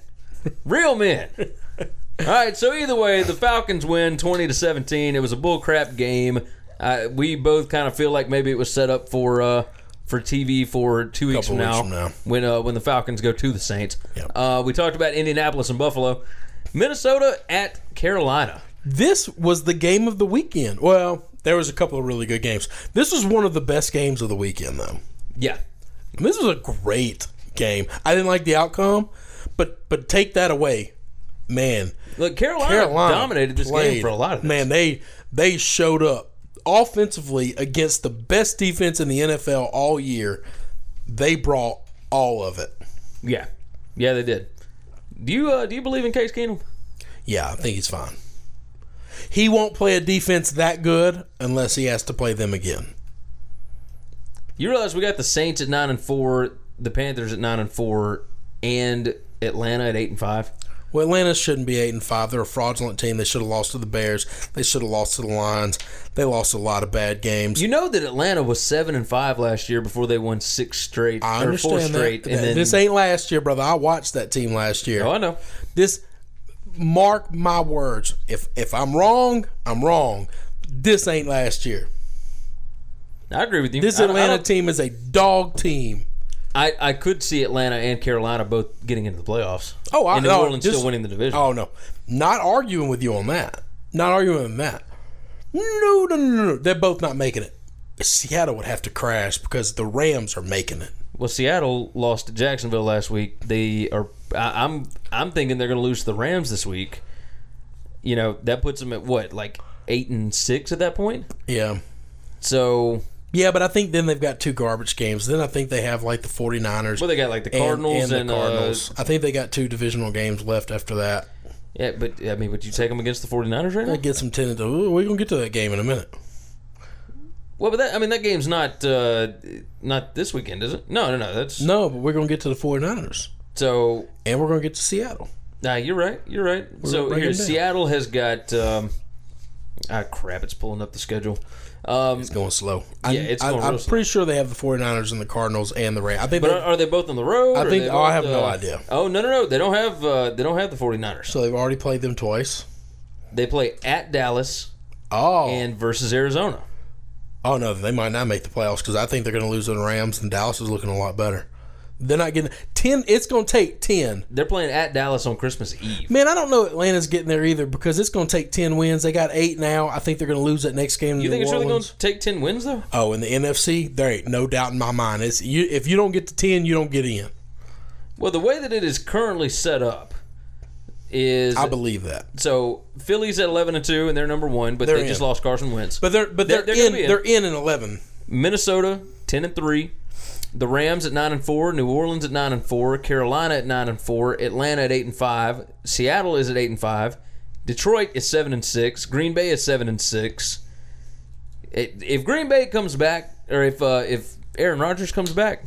S2: Real men. All right, so either way, the Falcons win 20 to 17. It was a bullcrap game. Uh, we both kind of feel like maybe it was set up for uh, for TV for two weeks,
S1: Couple
S2: from,
S1: weeks
S2: now,
S1: from now.
S2: when uh, when the Falcons go to the Saints.
S1: Yep.
S2: Uh, we talked about Indianapolis and Buffalo, Minnesota at Carolina.
S1: this was the game of the weekend. Well, there was a couple of really good games. This was one of the best games of the weekend, though.
S2: Yeah,
S1: And This was a great game. I didn't like the outcome, but but take that away, man.
S2: look, Carolina,
S1: Carolina
S2: dominated this game
S1: played-
S2: for a lot of this.
S1: Man, they they showed up offensively against the best defense in the NFL all year. They brought all of it.
S2: Yeah, yeah, they did. Do you uh, do you believe in Case Keenum?
S1: Yeah, I think he's fine. He won't play a defense that good unless he has to play them again.
S2: You realize we got the Saints at nine and four, the Panthers at nine and four, and Atlanta at eight and five.
S1: Well, Atlanta shouldn't be eight and five. They're a fraudulent team. They should have lost to the Bears. They should have lost to the Lions. They lost a lot of bad games.
S2: You know that Atlanta was seven and five last year before they won six straight
S1: I
S2: or four
S1: understand that.
S2: straight, and then
S1: this ain't last year, brother. I watched that team last year.
S2: oh, I know.
S1: This mark my words. If if I'm wrong, I'm wrong. This ain't last year.
S2: I agree with you.
S1: This
S2: I don't- I
S1: Atlanta
S2: don't-
S1: team is a dog team.
S2: I, I could see Atlanta and Carolina both getting into the playoffs.
S1: Oh, I
S2: and New
S1: no,
S2: Orleans
S1: just-
S2: still winning the division.
S1: Oh no, not arguing with you on that. Not arguing on that. No, no, no, no. They're both not making it. Seattle would have to crash because the Rams are making it.
S2: Well, Seattle lost to Jacksonville last week. They are. I, I'm. I'm thinking they're going to lose to the Rams this week. You know that puts them at what, like eight and six at that point.
S1: Yeah.
S2: So,
S1: Yeah, but I think then they've got two garbage games. Then I think they have like the 49ers
S2: well, they got like the
S1: and-
S2: Cardinals and,
S1: the Cardinals.
S2: Uh,
S1: I think they got two divisional games left after that.
S2: yeah, but I mean, would you take them against the 49ers right
S1: I
S2: now?
S1: get some tenant. We're gonna get to that game in a minute.
S2: Well, but that I mean that game's not uh not this weekend, is it? No, no, no. That's
S1: No, but we're gonna get to the 49ers,
S2: so.
S1: and we're gonna get to Seattle.
S2: Nah, you're right. You're right. so
S1: breaking
S2: here,
S1: it down.
S2: Seattle has got. um Ah, crap! It's pulling up the schedule. Um,
S1: It's going slow. I,
S2: Yeah, it's
S1: I,
S2: going
S1: I'm
S2: real slow.
S1: pretty sure they have the 49ers and the Cardinals and the Rams. I think.
S2: But
S1: they-
S2: are, are they both on the road?
S1: I
S2: Are
S1: think-
S2: they
S1: oh, I have
S2: both,
S1: no
S2: uh,
S1: idea.
S2: Oh no no no! They don't have uh, they don't have the 49ers.
S1: so they've already played them twice.
S2: They play at Dallas
S1: Oh,
S2: and versus Arizona.
S1: oh no, they might not make the playoffs because I think they're gonna lose to the Rams, and Dallas is looking a lot better. They're not getting ten. It's gonna take ten
S2: They're playing at Dallas on Christmas Eve.
S1: Man, I don't know Atlanta's getting there either because it's going to take ten wins. They got eight now. I think they're going to lose that next game. To
S2: You
S1: New
S2: think it's really going
S1: Orleans.
S2: to take ten wins though?
S1: Oh, in the NFC, there ain't no doubt in my mind. It's you. If you don't get to ten, you don't get in.
S2: Well, the way that it is currently set up is
S1: I believe that.
S2: so Philly's at eleven and two and they're number one, but
S1: They're
S2: they just
S1: in.
S2: lost Carson Wentz.
S1: But they're but
S2: They're-
S1: they're,
S2: they're
S1: in,
S2: gonna be in.
S1: They're in at eleven.
S2: Minnesota ten and three, the Rams at nine and four, New Orleans at nine and four, Carolina at nine and four, Atlanta at eight and five, Seattle is at eight and five, Detroit is seven and six, Green Bay is seven and six. It, if Green Bay comes back, or if uh, if Aaron Rodgers comes back,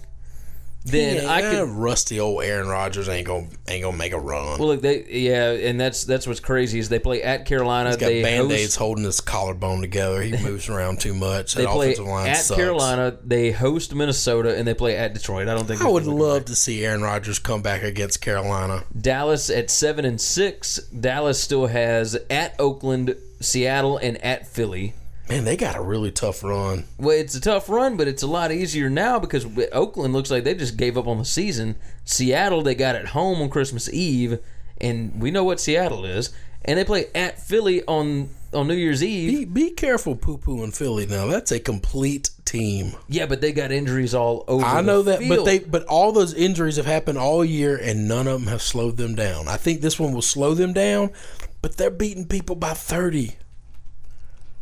S2: then
S1: Yeah,
S2: I
S1: that
S2: could
S1: rusty old Aaron Rodgers ain't gonna ain't gonna make a run.
S2: Well, look, they yeah, and that's that's what's crazy is they play at Carolina.
S1: He's got
S2: they
S1: band aids
S2: host,
S1: holding his collarbone together. He moves around too much.
S2: they
S1: That
S2: play
S1: offensive line
S2: at
S1: sucks.
S2: Carolina. They host Minnesota, and they play at Detroit. I don't think
S1: I
S2: they're
S1: would
S2: looking-
S1: love to see Aaron Rodgers come back against Carolina.
S2: Dallas at seven and six. Dallas still has at Oakland, Seattle, and at Philly.
S1: Man, they got a really tough run.
S2: Well, it's a tough run, but it's a lot easier now because Oakland looks like they just gave up on the season. Seattle, they got at home on Christmas Eve, and we know what Seattle is. And they play at Philly on on New Year's Eve.
S1: Be, be careful, poo poo and Philly. Now that's a complete team.
S2: Yeah, but they got injuries all over.
S1: I know
S2: the
S1: that, but
S2: field.
S1: they but all those injuries have happened all year, and none of them have slowed them down. I think this one will slow them down, but they're beating people by thirty.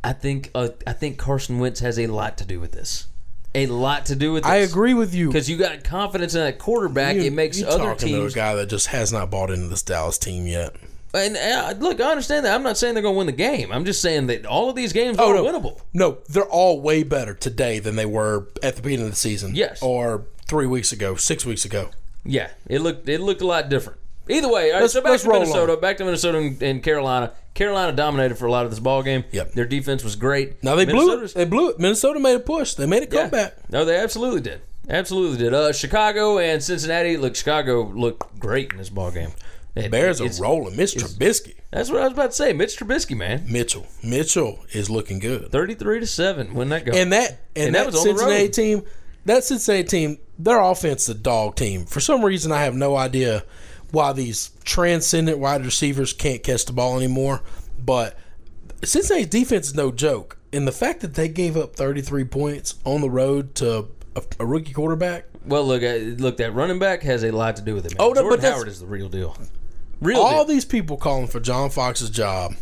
S2: I think. Uh, I think Carson Wentz has a lot to do with this. A lot to do with. This.
S1: I agree with you.
S2: because you got confidence in that quarterback.
S1: You-
S2: it makes
S1: you
S2: other
S1: talking
S2: teams.
S1: to a guy that just has not bought into this Dallas team yet.
S2: And uh, look, I understand that. I'm not saying they're going to win the game. I'm just saying that all of these games
S1: Oh,
S2: are
S1: no.
S2: winnable.
S1: No, they're all way better today than they were at the beginning of the season.
S2: Yes.
S1: or three weeks ago, six weeks ago.
S2: Yeah, it looked it looked a lot different. Either way, all right,
S1: Let's-
S2: so back
S1: let's
S2: to
S1: roll
S2: Minnesota, back to Minnesota and, and Carolina. Carolina dominated for a lot of this ball game.
S1: Yep.
S2: Their defense was great.
S1: Now they blew
S2: Minnesota's-
S1: it. They blew it. Minnesota made a push. They made a
S2: Yeah.
S1: comeback.
S2: No, they absolutely did. Absolutely did. Uh, Chicago and Cincinnati. Look, Chicago looked great in this ball game.
S1: Bears are rolling. Mitch Trubisky,
S2: That's what I was about to say. Mitch Trubisky, man,
S1: Mitchell, Mitchell is looking good.
S2: thirty-three to seven. When that go?
S1: And that and,
S2: And
S1: that,
S2: that was on the
S1: Cincinnati
S2: road.
S1: team, that Cincinnati team, their offense, the dog team. For some reason, I have no idea why these transcendent wide receivers can't catch the ball anymore. But Cincinnati's defense is no joke, and the fact that they gave up 33 points on the road to a, a rookie quarterback,
S2: well, look, uh, look, that running back has a lot to do with it. Man.
S1: Oh, no, but
S2: Jordan
S1: that's-
S2: Howard is the real deal. Real
S1: all
S2: deal.
S1: these people calling for John Fox's job.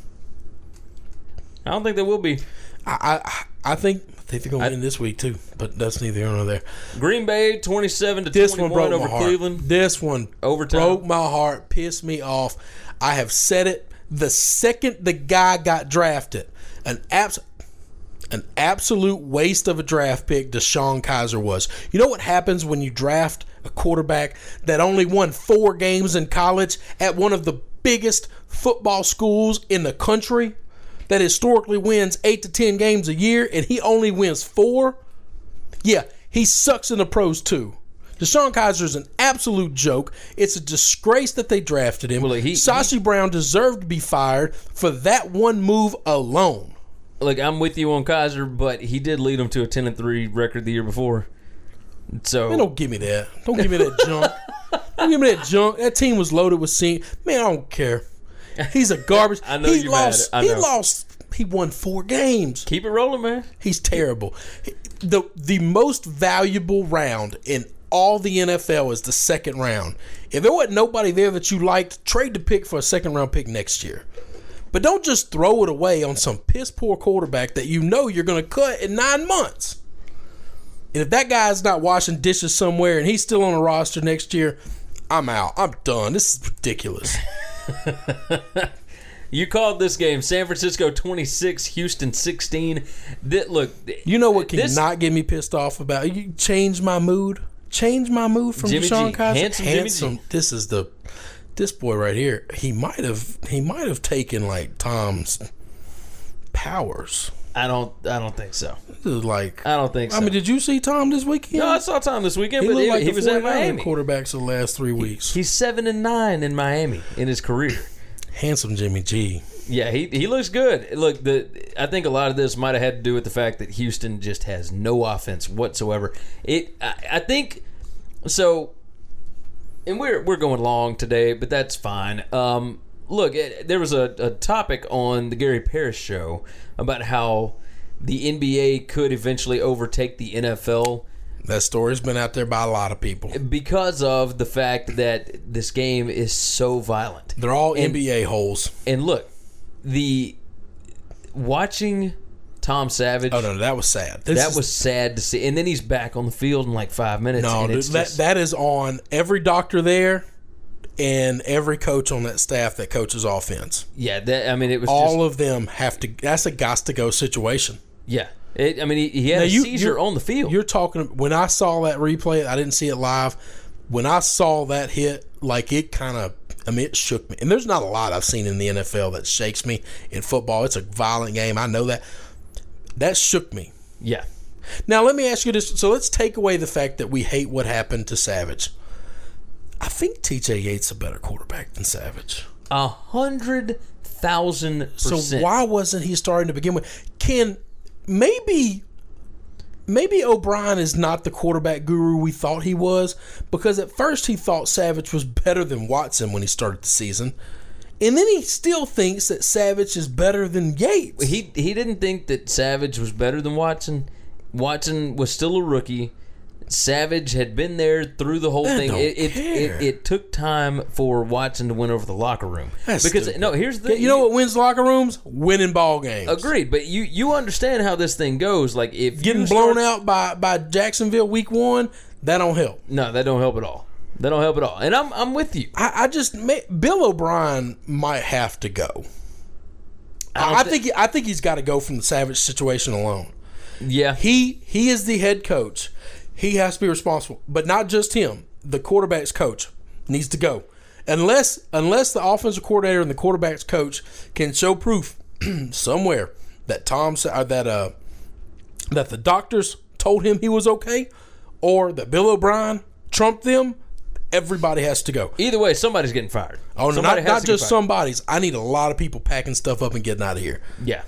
S2: I don't think there will be.
S1: I I, I think I think they're gonna win this week too, but that's neither here nor there.
S2: Green Bay twenty-seven to
S1: This one
S2: twenty-one
S1: broke
S2: over
S1: my heart.
S2: Cleveland.
S1: This one
S2: Overtime.
S1: broke my heart, pissed me off. I have said it the second the guy got drafted. An abs- an absolute waste of a draft pick Deshaun Kaiser was. You know what happens when you draft a quarterback that only won 4 games in college at one of the biggest football schools in the country that historically wins 8 to 10 games a year and he only wins 4? Yeah, he sucks in the pros too. Deshaun Kaiser is an absolute joke. It's a disgrace that they drafted him.
S2: Well, he-
S1: Sashi Brown deserved to be fired for that one move alone.
S2: Look, I'm with you on Kaiser, but he did lead them to a ten and three record the year before. So
S1: Man, don't give me that. Don't give me that junk. Don't give me that junk. That team was loaded with sin. Man, I don't care. He's a garbage.
S2: I know
S1: he
S2: you're mad at
S1: lost.
S2: it. I
S1: he
S2: know.
S1: lost. He won four games.
S2: keep it rolling, man.
S1: He's terrible. The the most valuable round in all the NFL is the second round. If there wasn't nobody there that you liked, trade the pick for a second round pick next year. But don't just throw it away on some piss poor quarterback that you know you're going to cut in nine months. And if that guy's not washing dishes somewhere and he's still on a roster next year, I'm out. I'm done. This is ridiculous.
S2: You called this game San Francisco 26, Houston 16. That look,
S1: You know what cannot
S2: This-
S1: get me pissed off about? You change my mood. Change my mood from
S2: Jimmy
S1: Deshaun
S2: G.
S1: Kaiser.
S2: Handsome Jimmy G.
S1: This is the this boy right here. He might have he might have taken like Tom's powers.
S2: I don't I don't think so.
S1: This is like
S2: I don't think so.
S1: I mean, did you see Tom this weekend?
S2: Uh, no, I saw Tom this weekend,
S1: he
S2: but
S1: looked
S2: he,
S1: like
S2: he
S1: the
S2: was
S1: 49er
S2: at Miami.
S1: quarterbacks of the last three weeks.
S2: He's 7 and 9 in Miami in his career.
S1: Handsome Jimmy G.
S2: Yeah, he, he looks good. Look, the I think a lot of this might have had to do with the fact that Houston just has no offense whatsoever. It I, I think so, and we're we're going long today, but that's fine. Um, look, it, there was a, a topic on the Gary Parrish show about how the NBA could eventually overtake the NFL
S1: That story's been out there by a lot of people.
S2: because of the fact that this game is so violent.
S1: They're all
S2: And-
S1: NBA holes.
S2: And look, the watching Tom Savage
S1: Oh no, that was sad. This
S2: that
S1: is-
S2: was sad to see. And then he's back on the field in like five minutes.
S1: No,
S2: and
S1: dude,
S2: it's
S1: that,
S2: just-
S1: that is on every doctor there and every coach on that staff that coaches offense.
S2: yeah, that I mean it was
S1: All
S2: just,
S1: of them have to. That's a got to go situation.
S2: yeah. It, I mean, he, he had
S1: Now,
S2: a
S1: you-
S2: seizure
S1: you're-
S2: on the field.
S1: You're talking when I saw that replay, I didn't see it live. When I saw that hit, like it kind of, I mean, it shook me. And there's not a lot I've seen in the NFL that shakes me. In football, it's a violent game. I know that. That shook me.
S2: Yeah.
S1: Now let me ask you this. So let's take away the fact that we hate what happened to Savage. I think T.J. Yates is a better quarterback than Savage.
S2: A hundred thousand
S1: So
S2: percent.
S1: why wasn't he starting to begin with? Can maybe maybe O'Brien is not the quarterback guru we thought he was because at first he thought Savage was better than Watson when he started the season. And then he still thinks that Savage is better than Yates.
S2: he he didn't think that Savage was better than Watson. Watson was still a rookie. Savage had been there through the whole thing.
S1: don't
S2: It it,
S1: care.
S2: it it took time for Watson to win over the locker room
S1: That's
S2: because
S1: stupid.
S2: no, here's the
S1: you know what wins locker rooms? Winning ball games.
S2: Agreed, but you you understand how this thing goes. Like if
S1: Getting
S2: you start-
S1: blown out by, by Jacksonville week one, that don't help.
S2: no, that don't help at all. That don't help at all. And I'm I'm with you.
S1: I, I just may, Bill O'Brien might have to go.
S2: don't
S1: I, I
S2: thi-
S1: think I think he's got to go from the Savage situation alone.
S2: Yeah,
S1: He he is the head coach. He has to be responsible, but not just him. The quarterback's coach needs to go, unless unless the offensive coordinator and the quarterback's coach can show proof somewhere that Tom Sa- or that uh that the doctors told him he was okay, or that Bill O'Brien trumped them. Everybody has to go.
S2: Either way, somebody's getting fired.
S1: Oh no,
S2: Somebody
S1: not,
S2: has
S1: not
S2: to get
S1: just
S2: fired.
S1: somebody's. I need a lot of people packing stuff up and getting out of here.
S2: Yeah,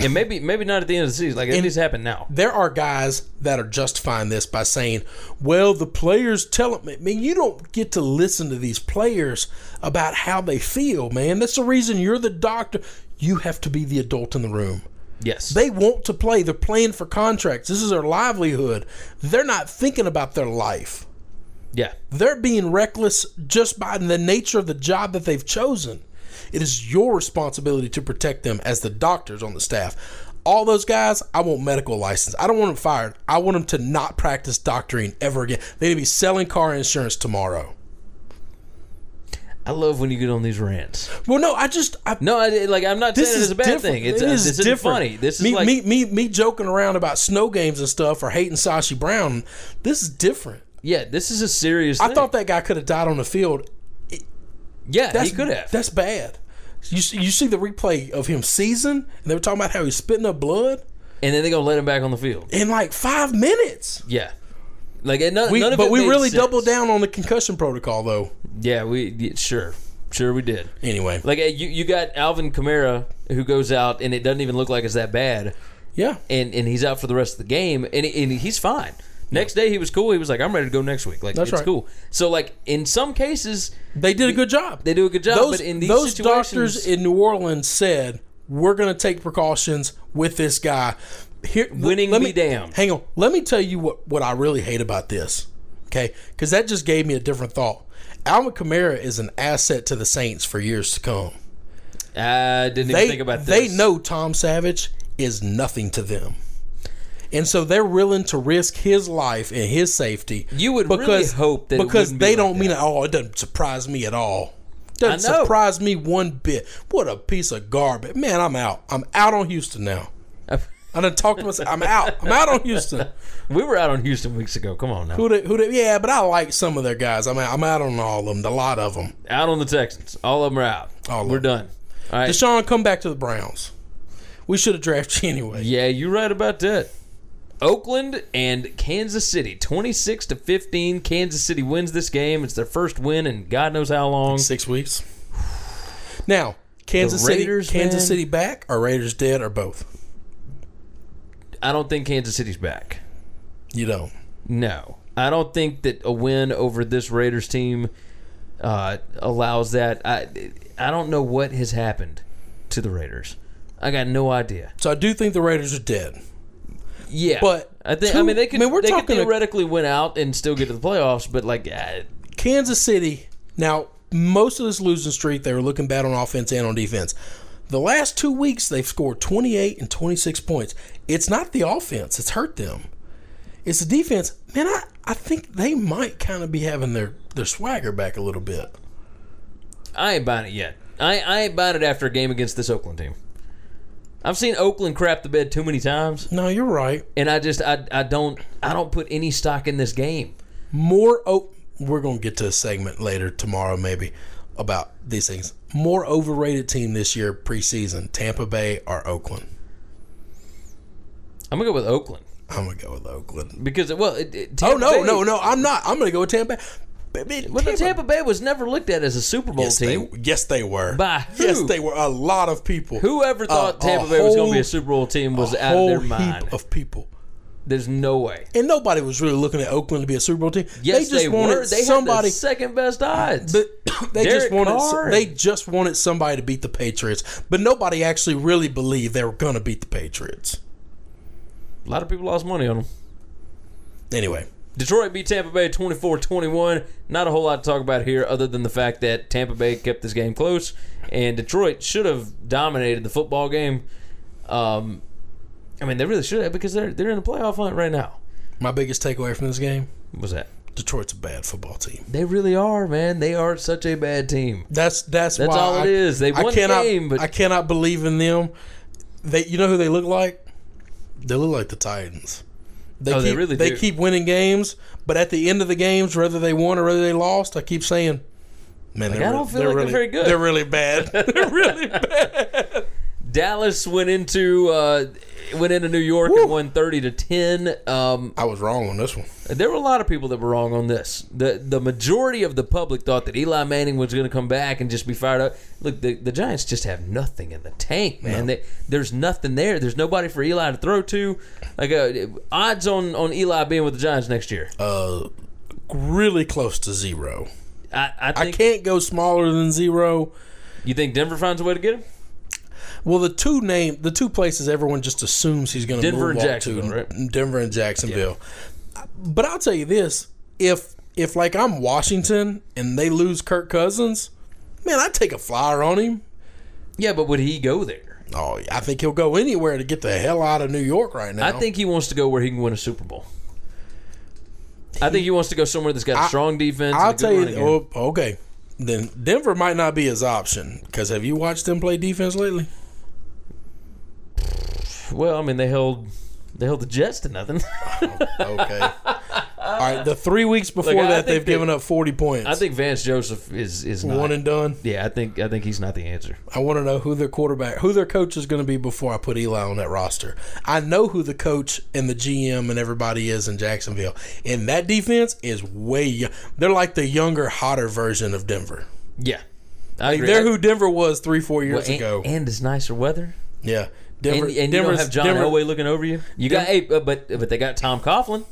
S2: and maybe maybe not at the end of the season. Like it needs to happen now.
S1: There are guys that are justifying this by saying, "Well, the players tell them." I mean, you don't get to listen to these players about how they feel, man. That's the reason you're the doctor. You have to be the adult in the room.
S2: Yes,
S1: They want to play. They're playing for contracts. This is their livelihood. They're not thinking about their life.
S2: yeah.
S1: They're being reckless just by the nature of the job that they've chosen. It is your responsibility to protect them as the doctors on the staff. All those guys, I want medical license. I don't want them fired. I want them to not practice doctoring ever again. They need to be selling car insurance tomorrow.
S2: I love when you get on these rants.
S1: Well, no, I just I,
S2: No, I, like I'm not
S1: this
S2: saying
S1: is
S2: it's a bad
S1: different.
S2: thing. It's
S1: It
S2: uh,
S1: is
S2: this isn't
S1: different.
S2: funny. This
S1: me,
S2: is like
S1: me, me, me joking around about snow games and stuff or hating Sashi Brown. This is different.
S2: yeah, this is a serious.
S1: I
S2: thing.
S1: thought that guy could have died on the field
S2: yeah, he
S1: That's
S2: could have.
S1: That's bad. You s- you see the replay of him season, and they were talking about how he's spitting up blood
S2: and then they gonna let him back on the field.
S1: in like five minutes.
S2: Yeah, like and none,
S1: We,
S2: none of
S1: but
S2: it
S1: we
S2: made
S1: really
S2: sense.
S1: doubled down on the concussion protocol, though.
S2: Yeah, we yeah, sure, sure we did.
S1: Anyway,
S2: Like uh, you, you got Alvin Kamara who goes out and it doesn't even look like it's that bad,
S1: yeah,
S2: and and he's out for the rest of the game, and and he's fine. Next day he was cool. He was like, I'm ready to go next week. Like
S1: That's
S2: it's
S1: right.
S2: cool. So like in some cases,
S1: they did a good job.
S2: They do a good job,
S1: Those,
S2: but in these
S1: those
S2: situations-
S1: doctors in New Orleans said we're going to take precautions with this guy. Here,
S2: Winning
S1: let
S2: be
S1: me,
S2: damned.
S1: Hang on. Let me tell you what what I really hate about this. Okay, because that just gave me a different thought. Alvin Kamara is an asset to the Saints for years to come.
S2: I didn't
S1: they
S2: even think about
S1: they
S2: this.
S1: know Tom Savage is nothing to them. And so they're willing to risk his life and his safety.
S2: You would really hope that it
S1: because
S2: wouldn't be
S1: they
S2: like
S1: don't
S2: that.
S1: mean it. Oh, it doesn't surprise me at all. Doesn't
S2: I know.
S1: surprise me one bit. What a piece of garbage, man! I'm out. I'm out on Houston now. I done talked to myself. I'm out. I'm out on Houston.
S2: We were out on Houston weeks ago. Come on now.
S1: Who they, who they, yeah, but I like some of their guys. I'm out, I'm out on all of them. A lot of them.
S2: out on the Texans. All of them are out.
S1: All of
S2: We're
S1: them.
S2: done. All right.
S1: Deshaun, come back to the Browns. We should have drafted you anyway.
S2: yeah, you're right about that. Oakland and Kansas City, 26 to 15. Kansas City wins this game. It's their first win in God knows how long.
S1: six weeks. Now, Kansas
S2: Raiders,
S1: City, Kansas
S2: man.
S1: City back or Raiders dead or both?
S2: I don't think Kansas City's back.
S1: You don't.
S2: No, I don't think that a win over this Raiders team uh, allows that. I I don't know what has happened to the Raiders. I got no idea.
S1: So I do think the Raiders are dead.
S2: Yeah,
S1: But
S2: I think I
S1: two-
S2: mean they could
S1: I mean, we're
S2: they could
S1: talking a-
S2: theoretically win out and still get to the playoffs, but like I,
S1: Kansas City. Now, most of this losing streak, they were looking bad on offense and on defense. The last two weeks, they've scored 28 and 26 points. It's not the offense; it's hurt them. It's the defense. Man, I, I think they might kind of be having their their swagger back a little bit.
S2: I ain't buying it yet. I, I ain't buying it after a game against this Oakland team. I've seen Oakland crap the bed too many times,
S1: No, you're right.
S2: and I just I, I don't I don't put any stock in this game.
S1: More. Oh, we're gonna get to a segment later tomorrow, maybe, about these things. More overrated team this year preseason: Tampa Bay or Oakland?
S2: I'm gonna go with Oakland
S1: I'm gonna go with Oakland.
S2: because well, it, it,
S1: Oh
S2: Tampa
S1: no,
S2: Bay-
S1: no, no! I'm not. I'm gonna go with Tampa. Bay. Baby,
S2: Well, the Tampa Bay was never looked at as a Super Bowl
S1: Yes,
S2: team.
S1: they, yes, they were.
S2: By
S1: Yes,
S2: who?
S1: they were. A lot of people.
S2: Whoever thought
S1: a
S2: Tampa Bay was going to be
S1: whole-
S2: a Super Bowl team was
S1: a
S2: out of
S1: whole
S2: their
S1: heap
S2: mind.
S1: of people.
S2: There's no way.
S1: And nobody was really looking at Oakland to be a Super Bowl team.
S2: Yes,
S1: they just
S2: they
S1: wanted
S2: were. They had
S1: somebody.
S2: the second best odds.
S1: but they just
S2: Derek
S1: wanted.
S2: Carr.
S1: They just wanted somebody to beat the Patriots, but nobody actually really believed they were going to beat the Patriots.
S2: a lot of people lost money on them.
S1: Anyway,
S2: Detroit beat Tampa Bay 24-21. Not a whole lot to talk about here other than the fact that Tampa Bay kept this game close and Detroit should have dominated the football game. Um, I mean, they really should have because they're they're in the playoff hunt right now.
S1: my biggest takeaway from this game:
S2: What was that?
S1: Detroit's a bad football team.
S2: They really are, man. They are such a bad team.
S1: That's that's
S2: That's
S1: why
S2: all it
S1: I-
S2: is. They
S1: I
S2: won the
S1: cannot,
S2: game, but-
S1: I cannot believe in them. They, you know who they look like? They look like the Titans. They
S2: Oh,
S1: keep,
S2: they really do.
S1: keep winning games, but at the end of the games, whether they won or whether they lost, I keep saying, "Man, they're,
S2: I
S1: re-
S2: don't feel
S1: they're
S2: like they're
S1: really,
S2: very good."
S1: They're really bad. they're really bad.
S2: Dallas went into uh, went into New York and won thirty to ten. Um,
S1: I was wrong on this one.
S2: there were a lot of people that were wrong on this. the The majority of the public thought that Eli Manning was going to come back and just be fired up. Look, the, the Giants just have nothing in the tank, man. They, there's nothing there. There's nobody for Eli to throw to. Like uh, odds on on Eli being with the Giants next year.
S1: Really close to zero.
S2: I, I
S1: I
S2: think
S1: can't go smaller than zero.
S2: you think Denver finds a way to get him.
S1: Well, the two name, the two places everyone just assumes he's going to
S2: Denver
S1: move
S2: and
S1: up to,
S2: Jacksonville, right?
S1: Denver and Jacksonville. But I'll tell you this: if if like I'm Washington and they lose Kirk Cousins, man, I'd take a flyer on him.
S2: Yeah, but would he go there?
S1: Oh, I think he'll go anywhere to get the hell out of New York right now.
S2: I think he wants to go where he can win a Super Bowl. I think he wants to go somewhere that's got a strong defense. and a
S1: I'll
S2: good
S1: tell you.
S2: running game.
S1: Oh, okay, then Denver might not be his option because have you watched them play defense lately? oh,
S2: Well, I mean, they held they held the Jets to nothing.
S1: Okay. All right. The three weeks before
S2: I
S1: that,
S2: think
S1: they've
S2: they-
S1: given up forty points.
S2: I think Vance Joseph is is not.
S1: one and done.
S2: yeah, I think I think he's not the answer.
S1: I want to know who their quarterback, who their coach is going to be before I put Eli on that roster. I know who the coach and the GM and everybody is in Jacksonville, and that defense is way. yo- They're like the younger, hotter version of Denver.
S2: Yeah, I agree.
S1: They're who Denver was three, four
S2: Well,
S1: years
S2: and,
S1: ago.
S2: and it's nicer weather.
S1: yeah,
S2: And,
S1: Denver.
S2: and you don't
S1: Denver's-
S2: have John
S1: Denver-
S2: Elway looking over you. You got hey, uh, but but but they got Tom Coughlin.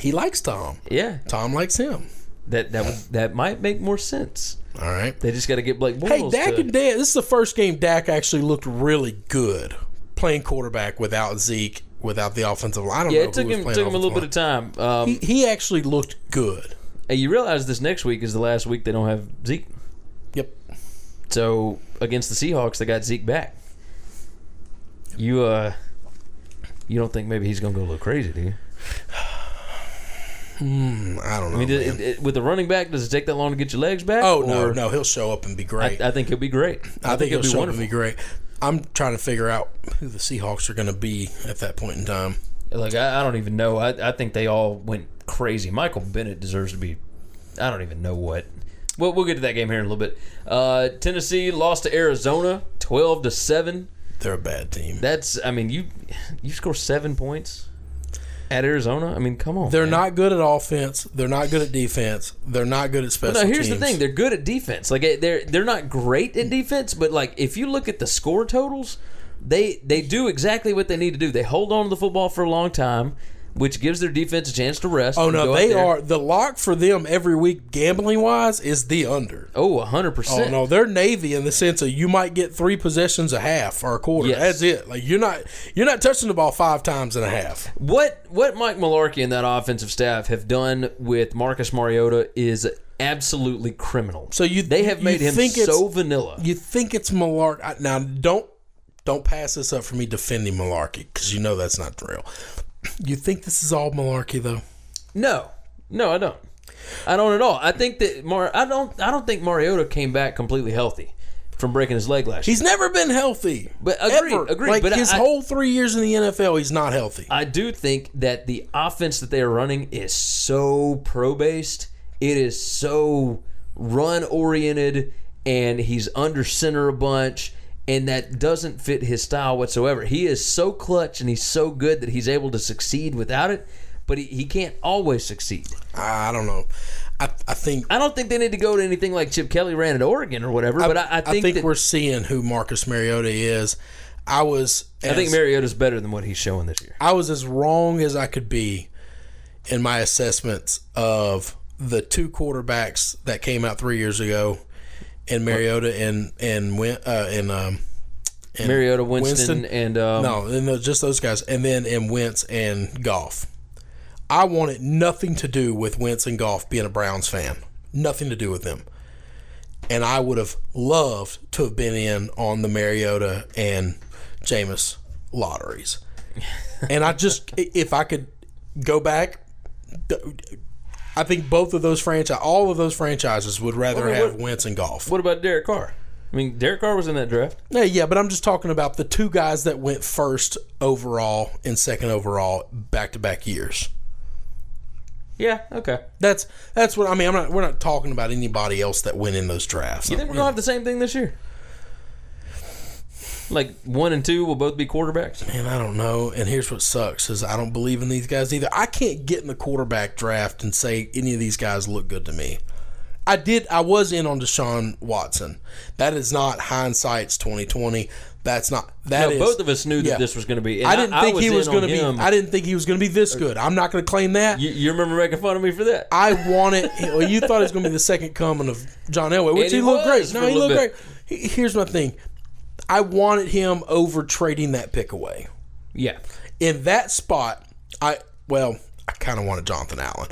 S1: He likes Tom.
S2: Yeah,
S1: Tom likes him.
S2: that that would, that might make more sense.
S1: All right.
S2: They just got to get Blake
S1: Hey,
S2: Bortles.
S1: Dak
S2: to-
S1: and Dak. This is the first game Dak actually looked really good playing quarterback without Zeke, without the offensive line. I don't
S2: yeah,
S1: know
S2: it took
S1: who was
S2: him
S1: playing
S2: took him a little bit of
S1: offensive
S2: time. Um,
S1: line. He, he actually looked good.
S2: hey, you realize this next week is the last week they don't have Zeke.
S1: Yep.
S2: So against the Seahawks, they got Zeke back. You uh, you don't think maybe he's gonna go a little crazy, do you?
S1: I don't know.
S2: I mean,
S1: Oh, man.
S2: it, it, with a running back, does it take that long to get your legs back?
S1: oh no,
S2: Or-
S1: no, he'll show up and be
S2: I,
S1: great. I,
S2: I think he'll be great. I,
S1: think, he'll
S2: he'll be
S1: show up and
S2: wonderful.
S1: be great. I'm trying to figure out who the Seahawks are going to be at that point in time.
S2: Like I, I don't even know. I, I think they all went crazy. Michael Bennett deserves to be. I don't even know what. Well, we'll get to that game here in a little bit. Uh, Tennessee lost to Arizona, twelve to seven.
S1: They're a bad team.
S2: That's. I mean, you you score seven points at Arizona. I mean, come on.
S1: They're
S2: man.
S1: not good at offense. They're not good at defense. They're not good at special
S2: No, here's
S1: teams.
S2: the thing: they're good at defense. Like eh, they're they're not great at defense, but like if you look at the score totals, they they do exactly what they need to do. They hold on to the football for a long time, which gives their defense a chance to rest.
S1: Oh
S2: and go
S1: no,
S2: out
S1: they
S2: there.
S1: are the lock for them every week gambling wise is the under.
S2: Oh, hundred
S1: Oh
S2: percent.
S1: no, they're navy in the sense of you might get three possessions a half or a quarter.
S2: Yes.
S1: That's it. Like you're not you're not touching the ball five times and a half.
S2: What what Mike Mularkey and that offensive staff have done with Marcus Mariota is absolutely criminal.
S1: So you-
S2: they have
S1: you
S2: made him
S1: think it's-
S2: so vanilla.
S1: You think it's malarkey? Now don't don't pass this up for me defending malarkey because you know that's not real. You think this is all malarkey though?
S2: No, no, I don't. I don't at all. I think that Mar. I don't. I don't think Mariota came back completely healthy from breaking his leg last year.
S1: He's never been healthy.
S2: But agreed,
S1: ever.
S2: agreed,
S1: Like
S2: but
S1: his
S2: I-
S1: whole three years in the NFL, he's not healthy.
S2: I do think that the offense that they are running is so pro based. It is so run oriented, and he's under center a bunch, and that doesn't fit his style whatsoever. He is so clutch and he's so good that he's able to succeed without it, but he, he can't always succeed.
S1: I, I don't know. I, I think
S2: I don't think they need to go to anything like Chip Kelly ran at Oregon or whatever, but I, I think, that,
S1: we're seeing who Marcus Mariota is. I was.
S2: I think
S1: as-
S2: Mariota's better than what he's showing this year.
S1: I was as wrong as I could be in my assessments of the two quarterbacks that came out three years ago, and Mariota and and Win- uh, and um, and
S2: Mariota, Winston, and um,
S1: no, and the, just those guys, and then and Wentz and Golf. I wanted nothing to do with Wentz and Golf being a Browns fan. Nothing to do with them. And I would have loved to have been in on the Mariota and Jameis lotteries. And I just, i- if I could go back, th- I think both of those franchise, all of those franchises would rather
S2: Well, I mean,
S1: have
S2: what-
S1: Wentz and Golf.
S2: what about Derek Carr? I mean, Derek Carr was in that draft.
S1: Yeah, yeah, but I'm just talking about the two guys that went first overall and second overall back to back years.
S2: Yeah, okay.
S1: That's that's what I mean. I'm not. We're not talking about anybody else that went in those drafts.
S2: You think we're gonna have the same thing this year? Like one and two will both be quarterbacks.
S1: And I don't know. And here's what sucks is I don't believe in these guys either. I can't get in the quarterback draft and say any of these guys look good to me. I did. I was in on Deshaun Watson. That is not hindsight's 2020. That's not. That
S2: No,
S1: is-
S2: both of us knew
S1: yeah.
S2: that this was going to be. and
S1: I didn't think he was
S2: in
S1: going to
S2: on
S1: be.
S2: him.
S1: I didn't think he was going to be this good. I'm not going to claim that.
S2: you, you remember making fun of me for that?
S1: I wanted. Well, you thought it was going to be the second coming of John Elway, which
S2: And
S1: he,
S2: he
S1: looked
S2: was
S1: great.
S2: for
S1: No,
S2: a
S1: he
S2: little
S1: looked
S2: bit.
S1: great. He- Here's my thing: I wanted him over trading that pick away
S2: yeah,
S1: in that spot. I well, I kind of wanted Jonathan Allen.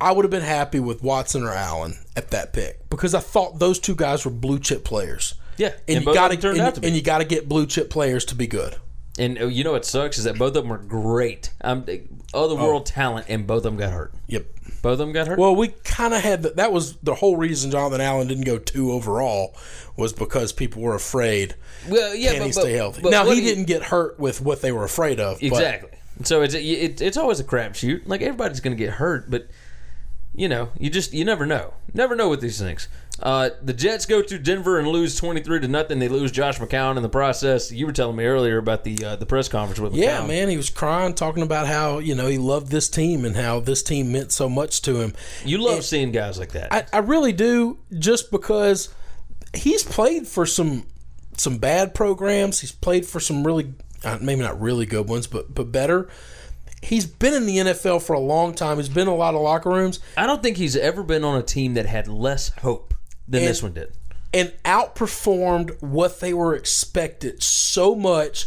S1: I would have been happy with Watson or Allen at that pick because I thought those two guys were blue chip players.
S2: Yeah, and
S1: and, you
S2: both
S1: got
S2: of them turned out to
S1: and,
S2: be.
S1: and you got to get blue chip players to be good.
S2: and uh, you know what sucks is that both of them are great. Um, they-
S1: Oh.
S2: otherworld talent, and both of them got hurt.
S1: Yep.
S2: Both of them got hurt.
S1: Well, we kind of had that. That was the whole reason Jonathan Allen didn't go two overall was because people were afraid.
S2: Well, yeah,
S1: can
S2: but-
S1: he
S2: but-
S1: stay healthy?
S2: but
S1: now
S2: what
S1: he
S2: do you-
S1: didn't get hurt with what they were afraid of. but-
S2: Exactly. so it's it, it's always a crapshoot. Like everybody's going to get hurt, but you know, you just you never know. Never know with these things. Uh, the Jets go to Denver and lose twenty three to nothing. They lose Josh McCown in the process. You were telling me earlier about the uh, the press conference with
S1: yeah,
S2: McCown.
S1: man, he was crying, talking about how you know he loved this team and how this team meant so much to him.
S2: You love seeing guys like that.
S1: I, I really do, just because he's played for some some bad programs. He's played for some really, uh, maybe not really good ones, but but better. He's been in the NFL for a long time. He's been in a lot of locker rooms.
S2: I don't think he's ever been on a team that had less hope than
S1: And-
S2: this one did.
S1: and outperformed what they were expected so much.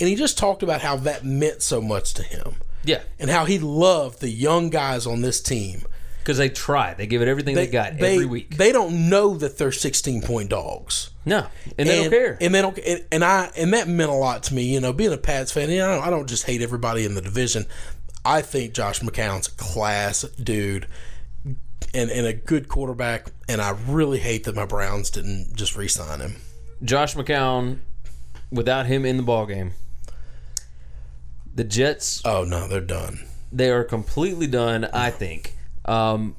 S1: And he just talked about how that meant so much to him
S2: Yeah,
S1: and how he loved the young guys on this team.
S2: because they try. They give it everything they, got
S1: they,
S2: every week.
S1: They don't know that they're 16 point dogs.
S2: no, and they
S1: and,
S2: don't care.
S1: And they don't. And, and I and that meant a lot to me. You know, being a Pats fan, you know, I don't, I don't just hate everybody in the division. I think Josh McCown's a class dude, and and a good quarterback. And I really hate that my Browns didn't just re-sign him.
S2: Josh McCown, without him in the ballgame, the Jets
S1: Oh no, they're done.
S2: they are completely done. I think. Um,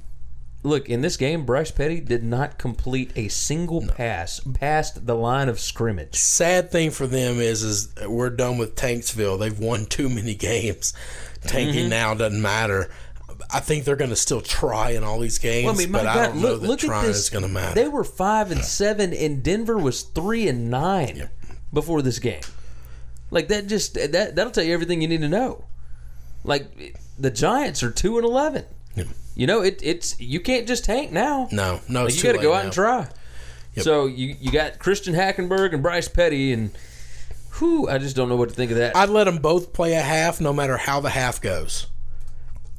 S2: look in this game, Bryce Petty did not complete a single pass past the line of scrimmage.
S1: sad thing for them is is we're done with Tanksville. They've won too many games. Tanking
S2: Mm-hmm.
S1: now doesn't matter. I think they're going to still try in all these games,
S2: Well, I mean, my
S1: but I
S2: God,
S1: don't know
S2: look,
S1: that
S2: look at
S1: trying
S2: this.
S1: is going to matter.
S2: They were five and seven, and Denver was three and nine before this game. Like that, just that that'll tell you everything you need to know. Like the Giants are two and eleven. You know, it, it's you can't just tank now.
S1: no, no,
S2: Like,
S1: it's
S2: you
S1: too
S2: got to
S1: late
S2: go out
S1: now.
S2: and try. So you you got Christian Hackenberg and Bryce Petty and who I just don't know what to think of that.
S1: I'd let them both play a half, no matter how the half goes.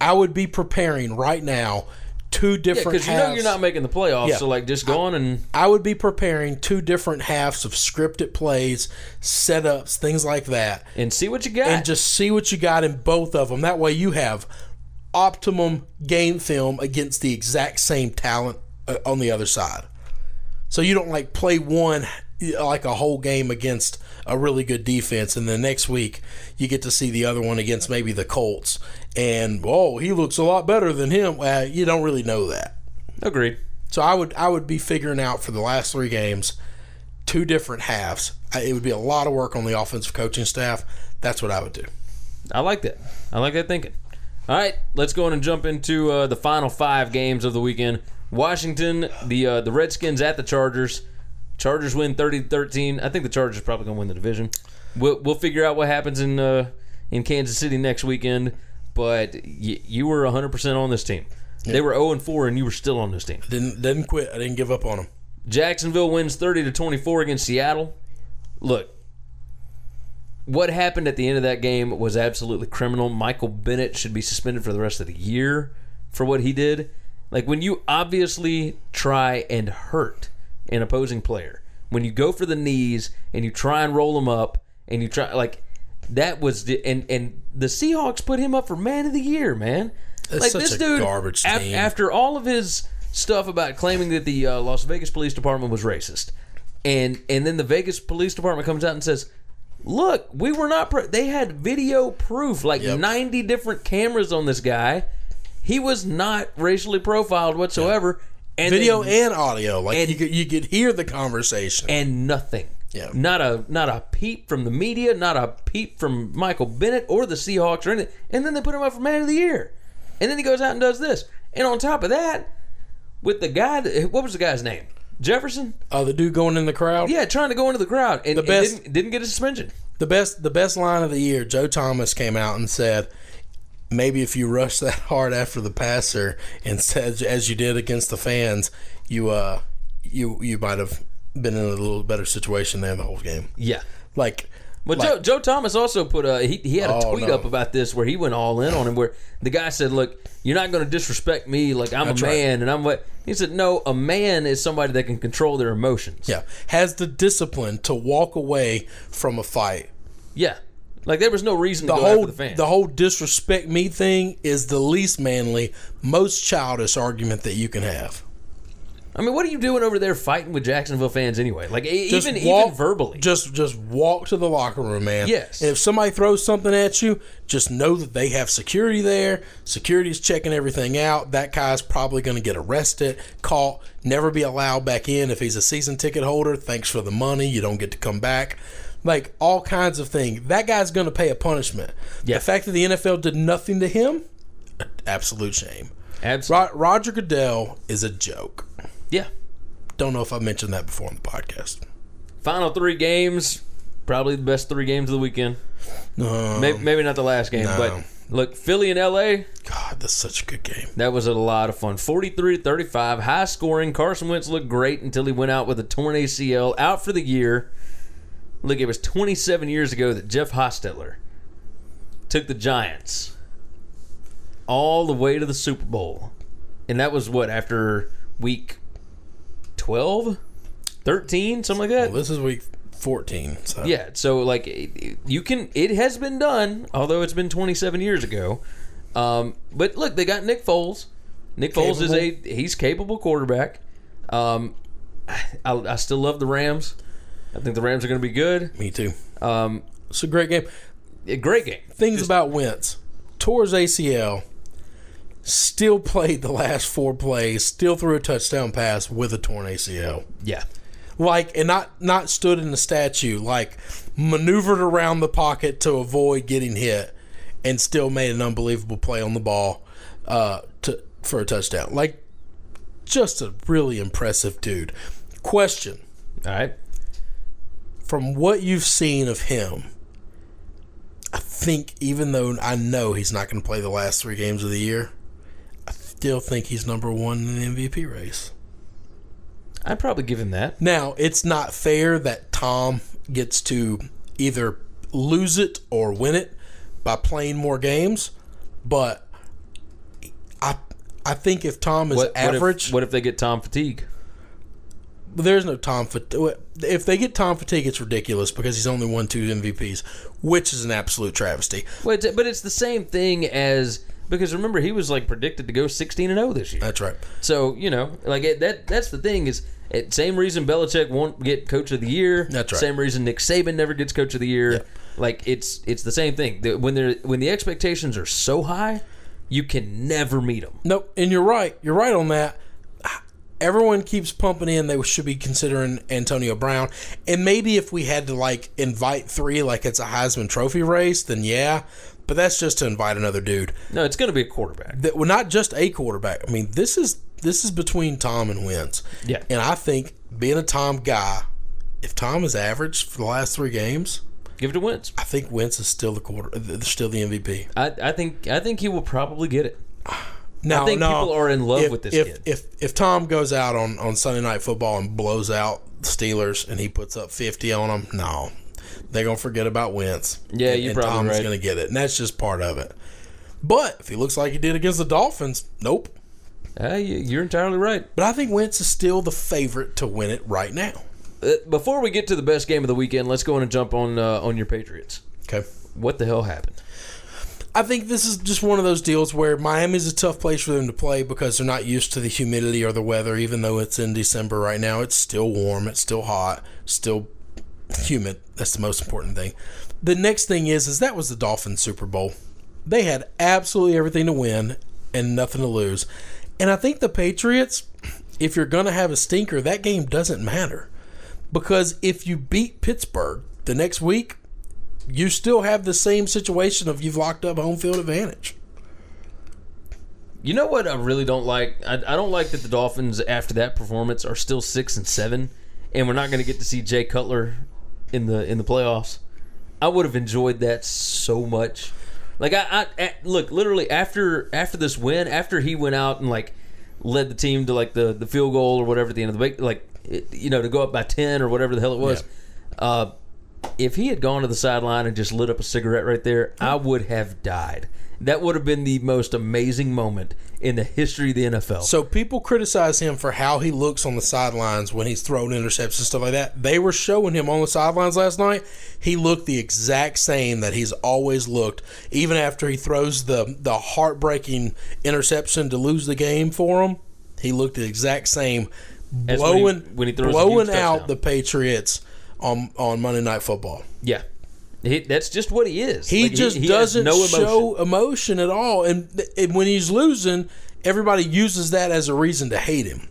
S1: I would be preparing right now two
S2: yeah,
S1: different
S2: because you know
S1: halves.
S2: you're not making the playoffs,
S1: Yeah.
S2: so like just go on and
S1: I would be preparing two different halves of scripted plays, setups, things like that.
S2: and see what you got.
S1: and just see what you got in both of them. That way you have optimum game film against the exact same talent uh, on the other side. So you don't like play one like a whole game against a really good defense, and the next week you get to see the other one against maybe the Colts, and oh, he looks a lot better than him. Well, you don't really know that.
S2: Agreed.
S1: So I would I would be figuring out for the last three games, two different halves. I, it would be a lot of work on the offensive coaching staff. That's what I would do.
S2: I like that. I like that thinking. All right, let's go on and jump into uh, the final five games of the weekend. Washington, the uh, the Redskins at the Chargers. Chargers win 30-13. I think the Chargers probably gonna win the division. We'll, we'll figure out what happens in uh, in Kansas City next weekend. But y- you were 100% on this team. They were 0 and 4, and you were still on this team.
S1: Didn't didn't quit. I didn't give up on them.
S2: Jacksonville wins 30 to 24 against Seattle. Look, what happened at the end of that game was absolutely criminal. Michael Bennett should be suspended for the rest of the year for what he did. Like when you obviously try and hurt an opposing player, when you go for the knees and you try and roll him up and you try like that was the, and and the Seahawks put him up for man of the year, man. like
S1: such
S2: this
S1: a
S2: dude
S1: garbage
S2: af-
S1: team.
S2: after all of his stuff about claiming that the uh, Las Vegas Police Department was racist, and and then the Vegas Police Department comes out and says, "Look, we were not. Pro- they had video proof, like
S1: Yep.
S2: ninety different cameras on this guy. He was not racially profiled whatsoever. And
S1: Video
S2: they-
S1: and audio, like
S2: and-
S1: you could, you could hear the conversation.
S2: and nothing.
S1: Yeah.
S2: Not a not a peep from the media, not a peep from Michael Bennett or the Seahawks or anything. And then they put him up for man of the year. And then he goes out and does this. And on top of that, with the guy that, what was the guy's name? Jefferson?
S1: uh, the dude going in the crowd.
S2: Yeah, trying to go into the crowd and,
S1: The
S2: and
S1: best-
S2: didn't, didn't get a suspension.
S1: The best the best line of the year, Joe Thomas came out and said, Maybe if you rush that hard after the passer and said as you did against the fans, you uh you you might have been in a little better situation than the whole game.
S2: Yeah.
S1: Like
S2: But
S1: like-
S2: Joe, Joe Thomas also put a he, he had a
S1: Oh,
S2: tweet
S1: no.
S2: up about this where he went all in on him where the guy said, "Look, you're not going to disrespect me like I'm
S1: That's
S2: a
S1: right.
S2: man and I'm what." He said, "No, a man is somebody that can control their emotions."
S1: yeah, has the discipline to walk away from a fight.
S2: Yeah. Like there was no reason to
S1: The
S2: go
S1: whole
S2: after the fans.
S1: the whole disrespect me thing is the least manly, most childish argument that you can have.
S2: I mean, what are you doing over there fighting with Jacksonville fans anyway? Like e- even even verbally.
S1: Just just walk to the locker room, man.
S2: Yes.
S1: And if somebody throws something at you, just know that they have security there. Security's checking everything out. That guy's probably going to get arrested, caught, never be allowed back in. If he's a season ticket holder, thanks for the money. You don't get to come back. Like all kinds of things. That guy's going to pay a punishment.
S2: Yeah.
S1: The fact that the NFL did nothing to him, absolute shame.
S2: Absolutely.
S1: Ro- Roger Goodell is a joke.
S2: Yeah.
S1: Don't know if I mentioned that before on the podcast.
S2: Final three games, probably the best three games of the weekend. maybe, maybe not the last game,
S1: Uh, no.
S2: but look, Philly and LA,
S1: God, that's such a good game.
S2: that was a lot of fun. 43 to 35, high scoring. Carson Wentz looked great until he went out with a torn ACL, out for the year. Look, it was 27 years ago that Jeff Hostetler took the Giants all the way to the Super Bowl. And that was what, after week 12? 13? Something like that?
S1: Well, this is week 14. So.
S2: Yeah, so like it- it- you can, it has been done, although it's been 27 years ago. Um, but look, they got Nick Foles. Nick Foles is a he's capable quarterback. Um, I, I still love the Rams. I think the Rams are going to be good.
S1: Me too. Um, it's a great game.
S2: A great game.
S1: Things about Wentz. Tore his ACL. Still played the last four plays. Still threw a touchdown pass with a torn ACL.
S2: Yeah,
S1: Like and not not stood in the statue. Like maneuvered around the pocket to avoid getting hit, and still made an unbelievable play on the ball uh, to for a touchdown. Like just a really impressive dude. Question.
S2: All right.
S1: from what you've seen of him, I think even though I know he's not going to play the last three games of the year, I still think he's number one in the MVP race.
S2: I'd probably give him that.
S1: Now, it's not fair that Tom gets to either lose it or win it by playing more games, but I I think if Tom is
S2: What what if-
S1: average,
S2: What if, they get Tom fatigue?
S1: But there's no Tom fatigue. If they get Tom fatigue, it's ridiculous because he's only won two MVPs, which is an absolute travesty.
S2: Well, it's, but it's the same thing as because remember he was like predicted to go sixteen and zero this year.
S1: That's right.
S2: So you know, like it, that. That's the thing is It, same reason Belichick won't get coach of the year.
S1: That's right.
S2: Same reason Nick Saban never gets coach of the year.
S1: Yep.
S2: Like it's it's the same thing. The- When they're when the expectations are so high, you can never meet them.
S1: Nope, and you're right. You're right on that. Everyone keeps pumping in they should be considering Antonio Brown. And maybe if we had to like invite three like it's a Heisman trophy race, then yeah. But that's just to invite another dude.
S2: No, it's going to be a quarterback.
S1: That well, not just a quarterback. I mean, this is this is between Tom and Wentz.
S2: Yeah.
S1: And I think being a Tom guy, if Tom is average for the last three games,
S2: Give it to Wentz.
S1: I think Wentz is still the quarter th- still the MVP.
S2: I, I think I think he will probably get it.
S1: No,
S2: I think
S1: no.
S2: people are in love
S1: if,
S2: with this
S1: if,
S2: kid.
S1: If if Tom goes out on, on Sunday night football and blows out the Steelers and he puts up fifty on them, no, they're gonna forget about Wentz.
S2: Yeah,
S1: and,
S2: you're
S1: and
S2: probably
S1: Tom's
S2: right.
S1: gonna get it, and that's just part of it. But if he looks like he did against the Dolphins, nope.
S2: Uh, you- you're entirely right.
S1: But I think Wentz is still the favorite to win it right now.
S2: Uh, Before we get to the best game of the weekend, let's go in and jump on uh, on your Patriots.
S1: Okay.
S2: What the hell happened?
S1: I think this is just one of those deals where Miami's a tough place for them to play because they're not used to the humidity or the weather, even though it's in December right now. It's still warm, it's still hot, still humid. That's the most important thing. The next thing is is that was the Dolphins Super Bowl. They had absolutely everything to win and nothing to lose. And I think the Patriots, if you're gonna have a stinker, that game doesn't matter. Because if you beat Pittsburgh the next week, you still have the same situation of you've locked up home field advantage.
S2: You know what I really don't like? I, I don't like that the Dolphins after that performance are still six and seven, and we're not going to get to see Jay Cutler in the in the playoffs. I would have enjoyed that so much. Like I, I, I look literally after after this win, after he went out and like led the team to like the the field goal or whatever at the end of the week, like it, you know to go up by ten or whatever the hell it was. Uh, if he had gone to the sideline and just lit up a cigarette right there, I would have died. That would have been the most amazing moment in the history of the NFL.
S1: So people criticize him for how he looks on the sidelines when he's throwing interceptions and stuff like that. They were showing him on the sidelines last night. He looked the exact same that he's always looked, even after he throws the the heartbreaking interception to lose the game for him. He looked the exact same,
S2: As when he-
S1: blowing
S2: when he throws the huge
S1: blowing out
S2: touchdown.
S1: the Patriots on on Monday Night Football.
S2: yeah, he, that's just what he is.
S1: He
S2: Like,
S1: just
S2: he has
S1: doesn't show emotion at all. And, and when he's losing, everybody uses that as a reason to hate him.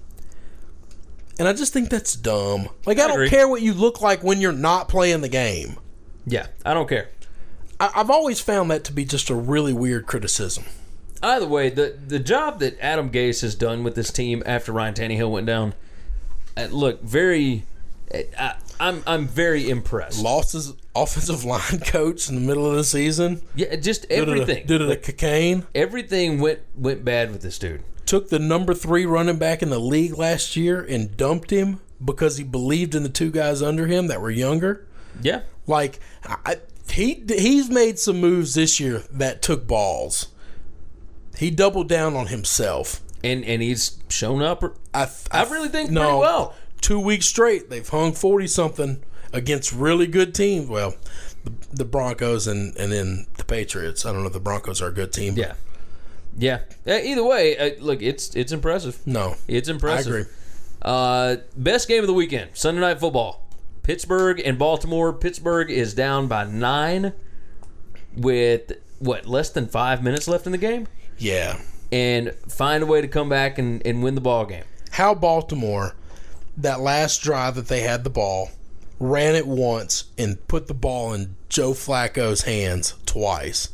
S1: And I just think that's dumb. Like, I, don't
S2: agree.
S1: care what you look like when you're not playing the game.
S2: Yeah, I don't care.
S1: I, I've always found that to be just a really weird criticism.
S2: Either way, the the job that Adam Gase has done with this team after Ryan Tannehill went down, uh, look very. uh, I, I'm I'm very impressed.
S1: Lost his offensive line coach in the middle of the season.
S2: Yeah, just
S1: Did it,
S2: everything.
S1: a- did it a cocaine.
S2: Everything went went bad with this dude.
S1: Took the number three running back in the league last year and dumped him because he believed in the two guys under him that were younger.
S2: Yeah,
S1: Like I, he he's made some moves this year that took balls. He doubled down on himself.
S2: and and he's shown up.
S1: I
S2: I really think pretty well.
S1: Two weeks straight, they've hung forty something against really good teams. Well, the, the Broncos and and then the Patriots. I don't know if the Broncos are a good team. but
S2: Yeah, yeah. Uh, Either way, uh, look, it's it's impressive.
S1: no,
S2: It's
S1: I
S2: impressive.
S1: agree.
S2: Uh, best game of the weekend, Sunday Night Football. Pittsburgh and Baltimore. Pittsburgh is down by nine with, what, less than five minutes left in the game?
S1: Yeah,
S2: And find a way to come back and, and win the ball game.
S1: how Baltimore that last drive that they had the ball ran it once and put the ball in Joe Flacco's hands twice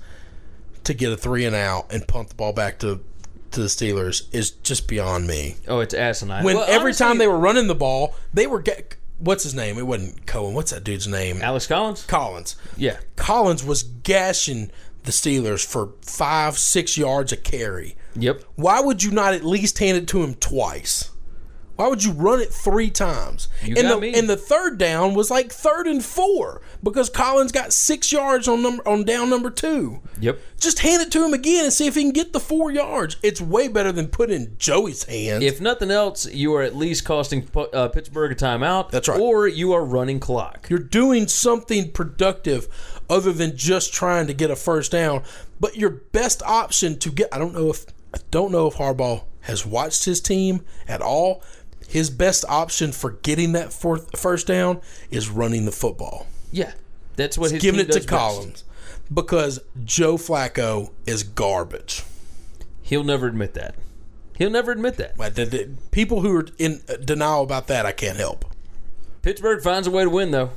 S1: to get a three and out and punt the ball back to to the Steelers is just beyond me.
S2: Oh, it's asinine.
S1: When
S2: Well,
S1: every
S2: honestly,
S1: time they were running the ball, they were get what's his name? It wasn't Cohen. What's that dude's name?
S2: Alex Collins?
S1: Collins.
S2: Yeah.
S1: Collins was gashing the Steelers for five, six yards a carry
S2: Yep.
S1: why would you not at least hand it to him twice? Why would you run it three times? and
S2: got
S1: the
S2: me.
S1: and the third down was like third and four because Collins got six yards on number on down number two.
S2: Yep.
S1: Just hand it to him again and see if he can get the four yards. It's way better than putting in Joey's hands.
S2: If nothing else, you are at least costing P- uh, Pittsburgh a timeout.
S1: That's right.
S2: Or you are running clock.
S1: you're doing something productive other than just trying to get a first down. But your best option to get I don't know if I don't know if Harbaugh has watched his team at all. his best option for getting that fourth, first down is running the football,
S2: Yeah, that's what his
S1: giving
S2: team
S1: it to
S2: does best.
S1: Collins, because Joe Flacco is garbage.
S2: He'll never admit that. He'll never admit that.
S1: Like, the- the- people who are in denial about that, I can't help.
S2: Pittsburgh finds a way to win though.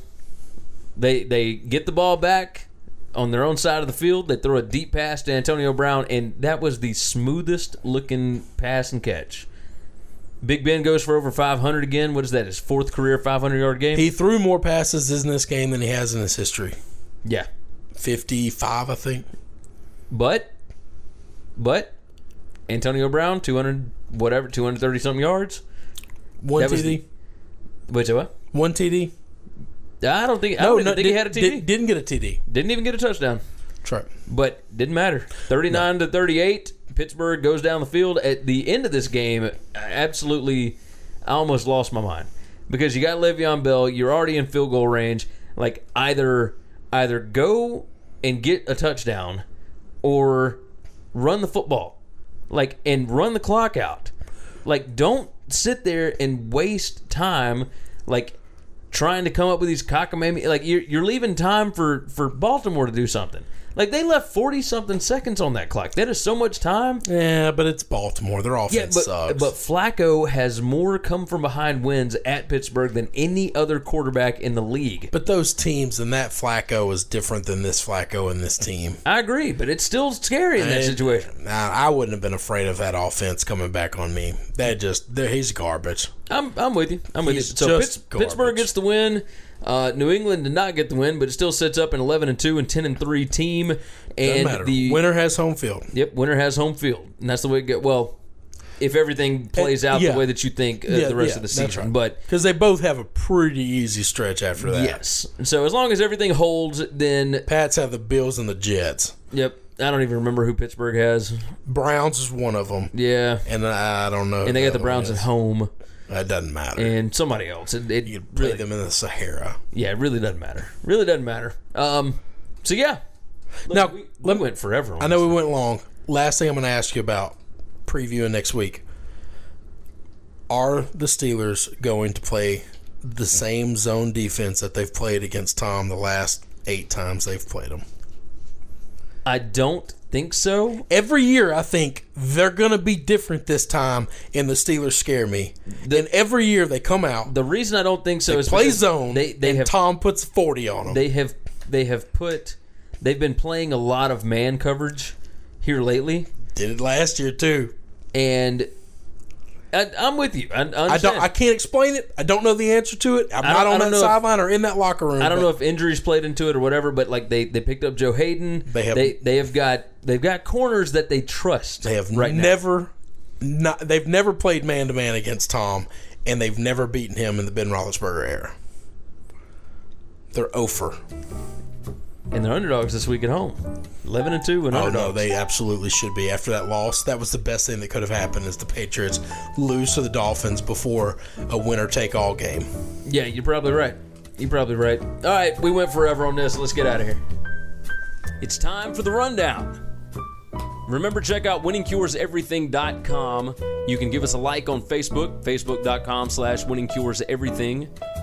S2: They they get the ball back on their own side of the field. They throw a deep pass to Antonio Brown, and that was the smoothest looking pass and catch. Big Ben goes for over 500 again. What is that? His fourth career 500 yard game.
S1: He threw more passes in this game than he has in his history.
S2: yeah,
S1: Fifty-five, I think.
S2: but but Antonio Brown 200 whatever 230 something yards.
S1: One
S2: That was
S1: TD.
S2: Wait, what?
S1: One TD.
S2: I don't think. I don't even think he had a TD.
S1: Did, not get a TD.
S2: Didn't even get a touchdown.
S1: True.
S2: but didn't matter. 39 to 38, Pittsburgh goes down the field at the end of this game. I Absolutely, I almost lost my mind because you got Le'Veon Bell. You're already in field goal range. Like either either go and get a touchdown or run the football, like and run the clock out. Like don't sit there and waste time. Like trying to come up with these cockamamie like you're, you're leaving time for for baltimore to do something like they left 40 something seconds on that clock that is so much time
S1: Yeah, but it's Baltimore. Their offense
S2: yeah, but,
S1: sucks.
S2: but flacco has more come from behind wins at pittsburgh than any other quarterback in the league
S1: But those teams and that Flacco is different than this Flacco and this team.
S2: i agree but it's still scary in that
S1: And-
S2: situation
S1: Nah, I wouldn't have been afraid of that offense coming back on me. That just there- he's garbage.
S2: I'm, I'm with you. I'm with you.
S1: He's
S2: So
S1: just
S2: Pitts,
S1: garbage.
S2: Pittsburgh gets the win. Uh, New England did not get the win, but it still sets up an 11 and 2 and 10 and 3 team.
S1: Doesn't
S2: And
S1: matter.
S2: the
S1: Winner has home field.
S2: Yep, winner has home field, and that's the way it go. Well, if everything plays out
S1: yeah.
S2: the way that you think uh, the rest of the season, but
S1: because they both have a pretty easy stretch after that.
S2: yes. So as long as everything holds, then
S1: Pats have the Bills and the Jets.
S2: yep. I don't even remember who Pittsburgh has.
S1: Browns is one of them,
S2: Yeah,
S1: and I don't know.
S2: and they got the Browns at home
S1: That doesn't matter.
S2: and somebody else. It, it
S1: you could play
S2: really,
S1: them in the Sahara.
S2: yeah, it really doesn't matter. Really doesn't matter. Um, so yeah. Look,
S1: Now,
S2: we, we
S1: let me-
S2: went forever. On
S1: I know we went long. Last thing I'm going to ask you about previewing next week. Are the Steelers going to play the same zone defense that they've played against Tom the last eight times they've played them?
S2: I don't think so.
S1: Every year, I think they're going to be different this time, and the Steelers scare me. Then every year they come out,
S2: The reason I don't think so is
S1: play
S2: because
S1: zone,
S2: They they
S1: and
S2: have
S1: Tom puts 40 on them.
S2: they have they have put they've been playing a lot of man coverage here lately,
S1: Did it last year, too.
S2: and I, I'm with you. I, I,
S1: I
S2: understand.
S1: don't. I can't explain it. I don't know the answer to it. I'm
S2: don't-
S1: not
S2: I
S1: on
S2: don't
S1: that
S2: know if-
S1: sideline or in that locker room.
S2: I don't
S1: but-
S2: know if injuries played into it or whatever, but like they, they picked up Joe Hayden.
S1: They have-
S2: they, they have got they've got corners that they trust.
S1: They have
S2: right now.
S1: never, not they've never played man to man against Tom, and they've never beaten him in the Ben Roethlisberger era. They're oh over.
S2: and they're underdogs this week at home, eleven and two and
S1: Oh
S2: underdogs.
S1: no, they absolutely should be. After that loss, that was the best thing that could have happened: is the Patriots lose to the Dolphins before a winner-take-all game.
S2: yeah, you're probably right. You're probably right. All right, we went forever on this. Let's get out of here. It's time for the rundown. Remember, check out winningcureseverything.com. You can give us a like on Facebook, facebook.com slash winningcureseverything.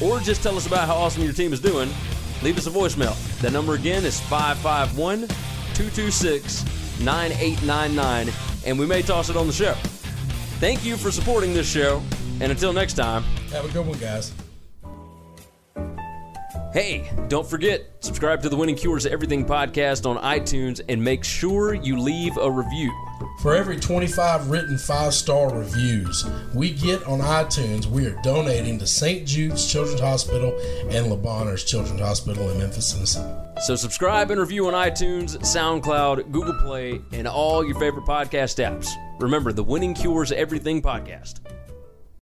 S2: or just tell us about how awesome your team is doing, leave us a voicemail. That number again is 551 226 9899. And we may toss it on the show. Thank you for supporting this show. And until next time,
S1: Have a good one, guys.
S2: Hey, don't forget, subscribe to the Winning Cures Everything podcast on iTunes and make sure you leave a review.
S1: For every 25 written five star reviews we get on iTunes, we are donating to St. Jude's Children's Hospital and LeBonner's Children's Hospital in Memphis, Tennessee.
S2: So, subscribe and review on iTunes, SoundCloud, Google Play, and all your favorite podcast apps. Remember, the Winning Cures Everything podcast.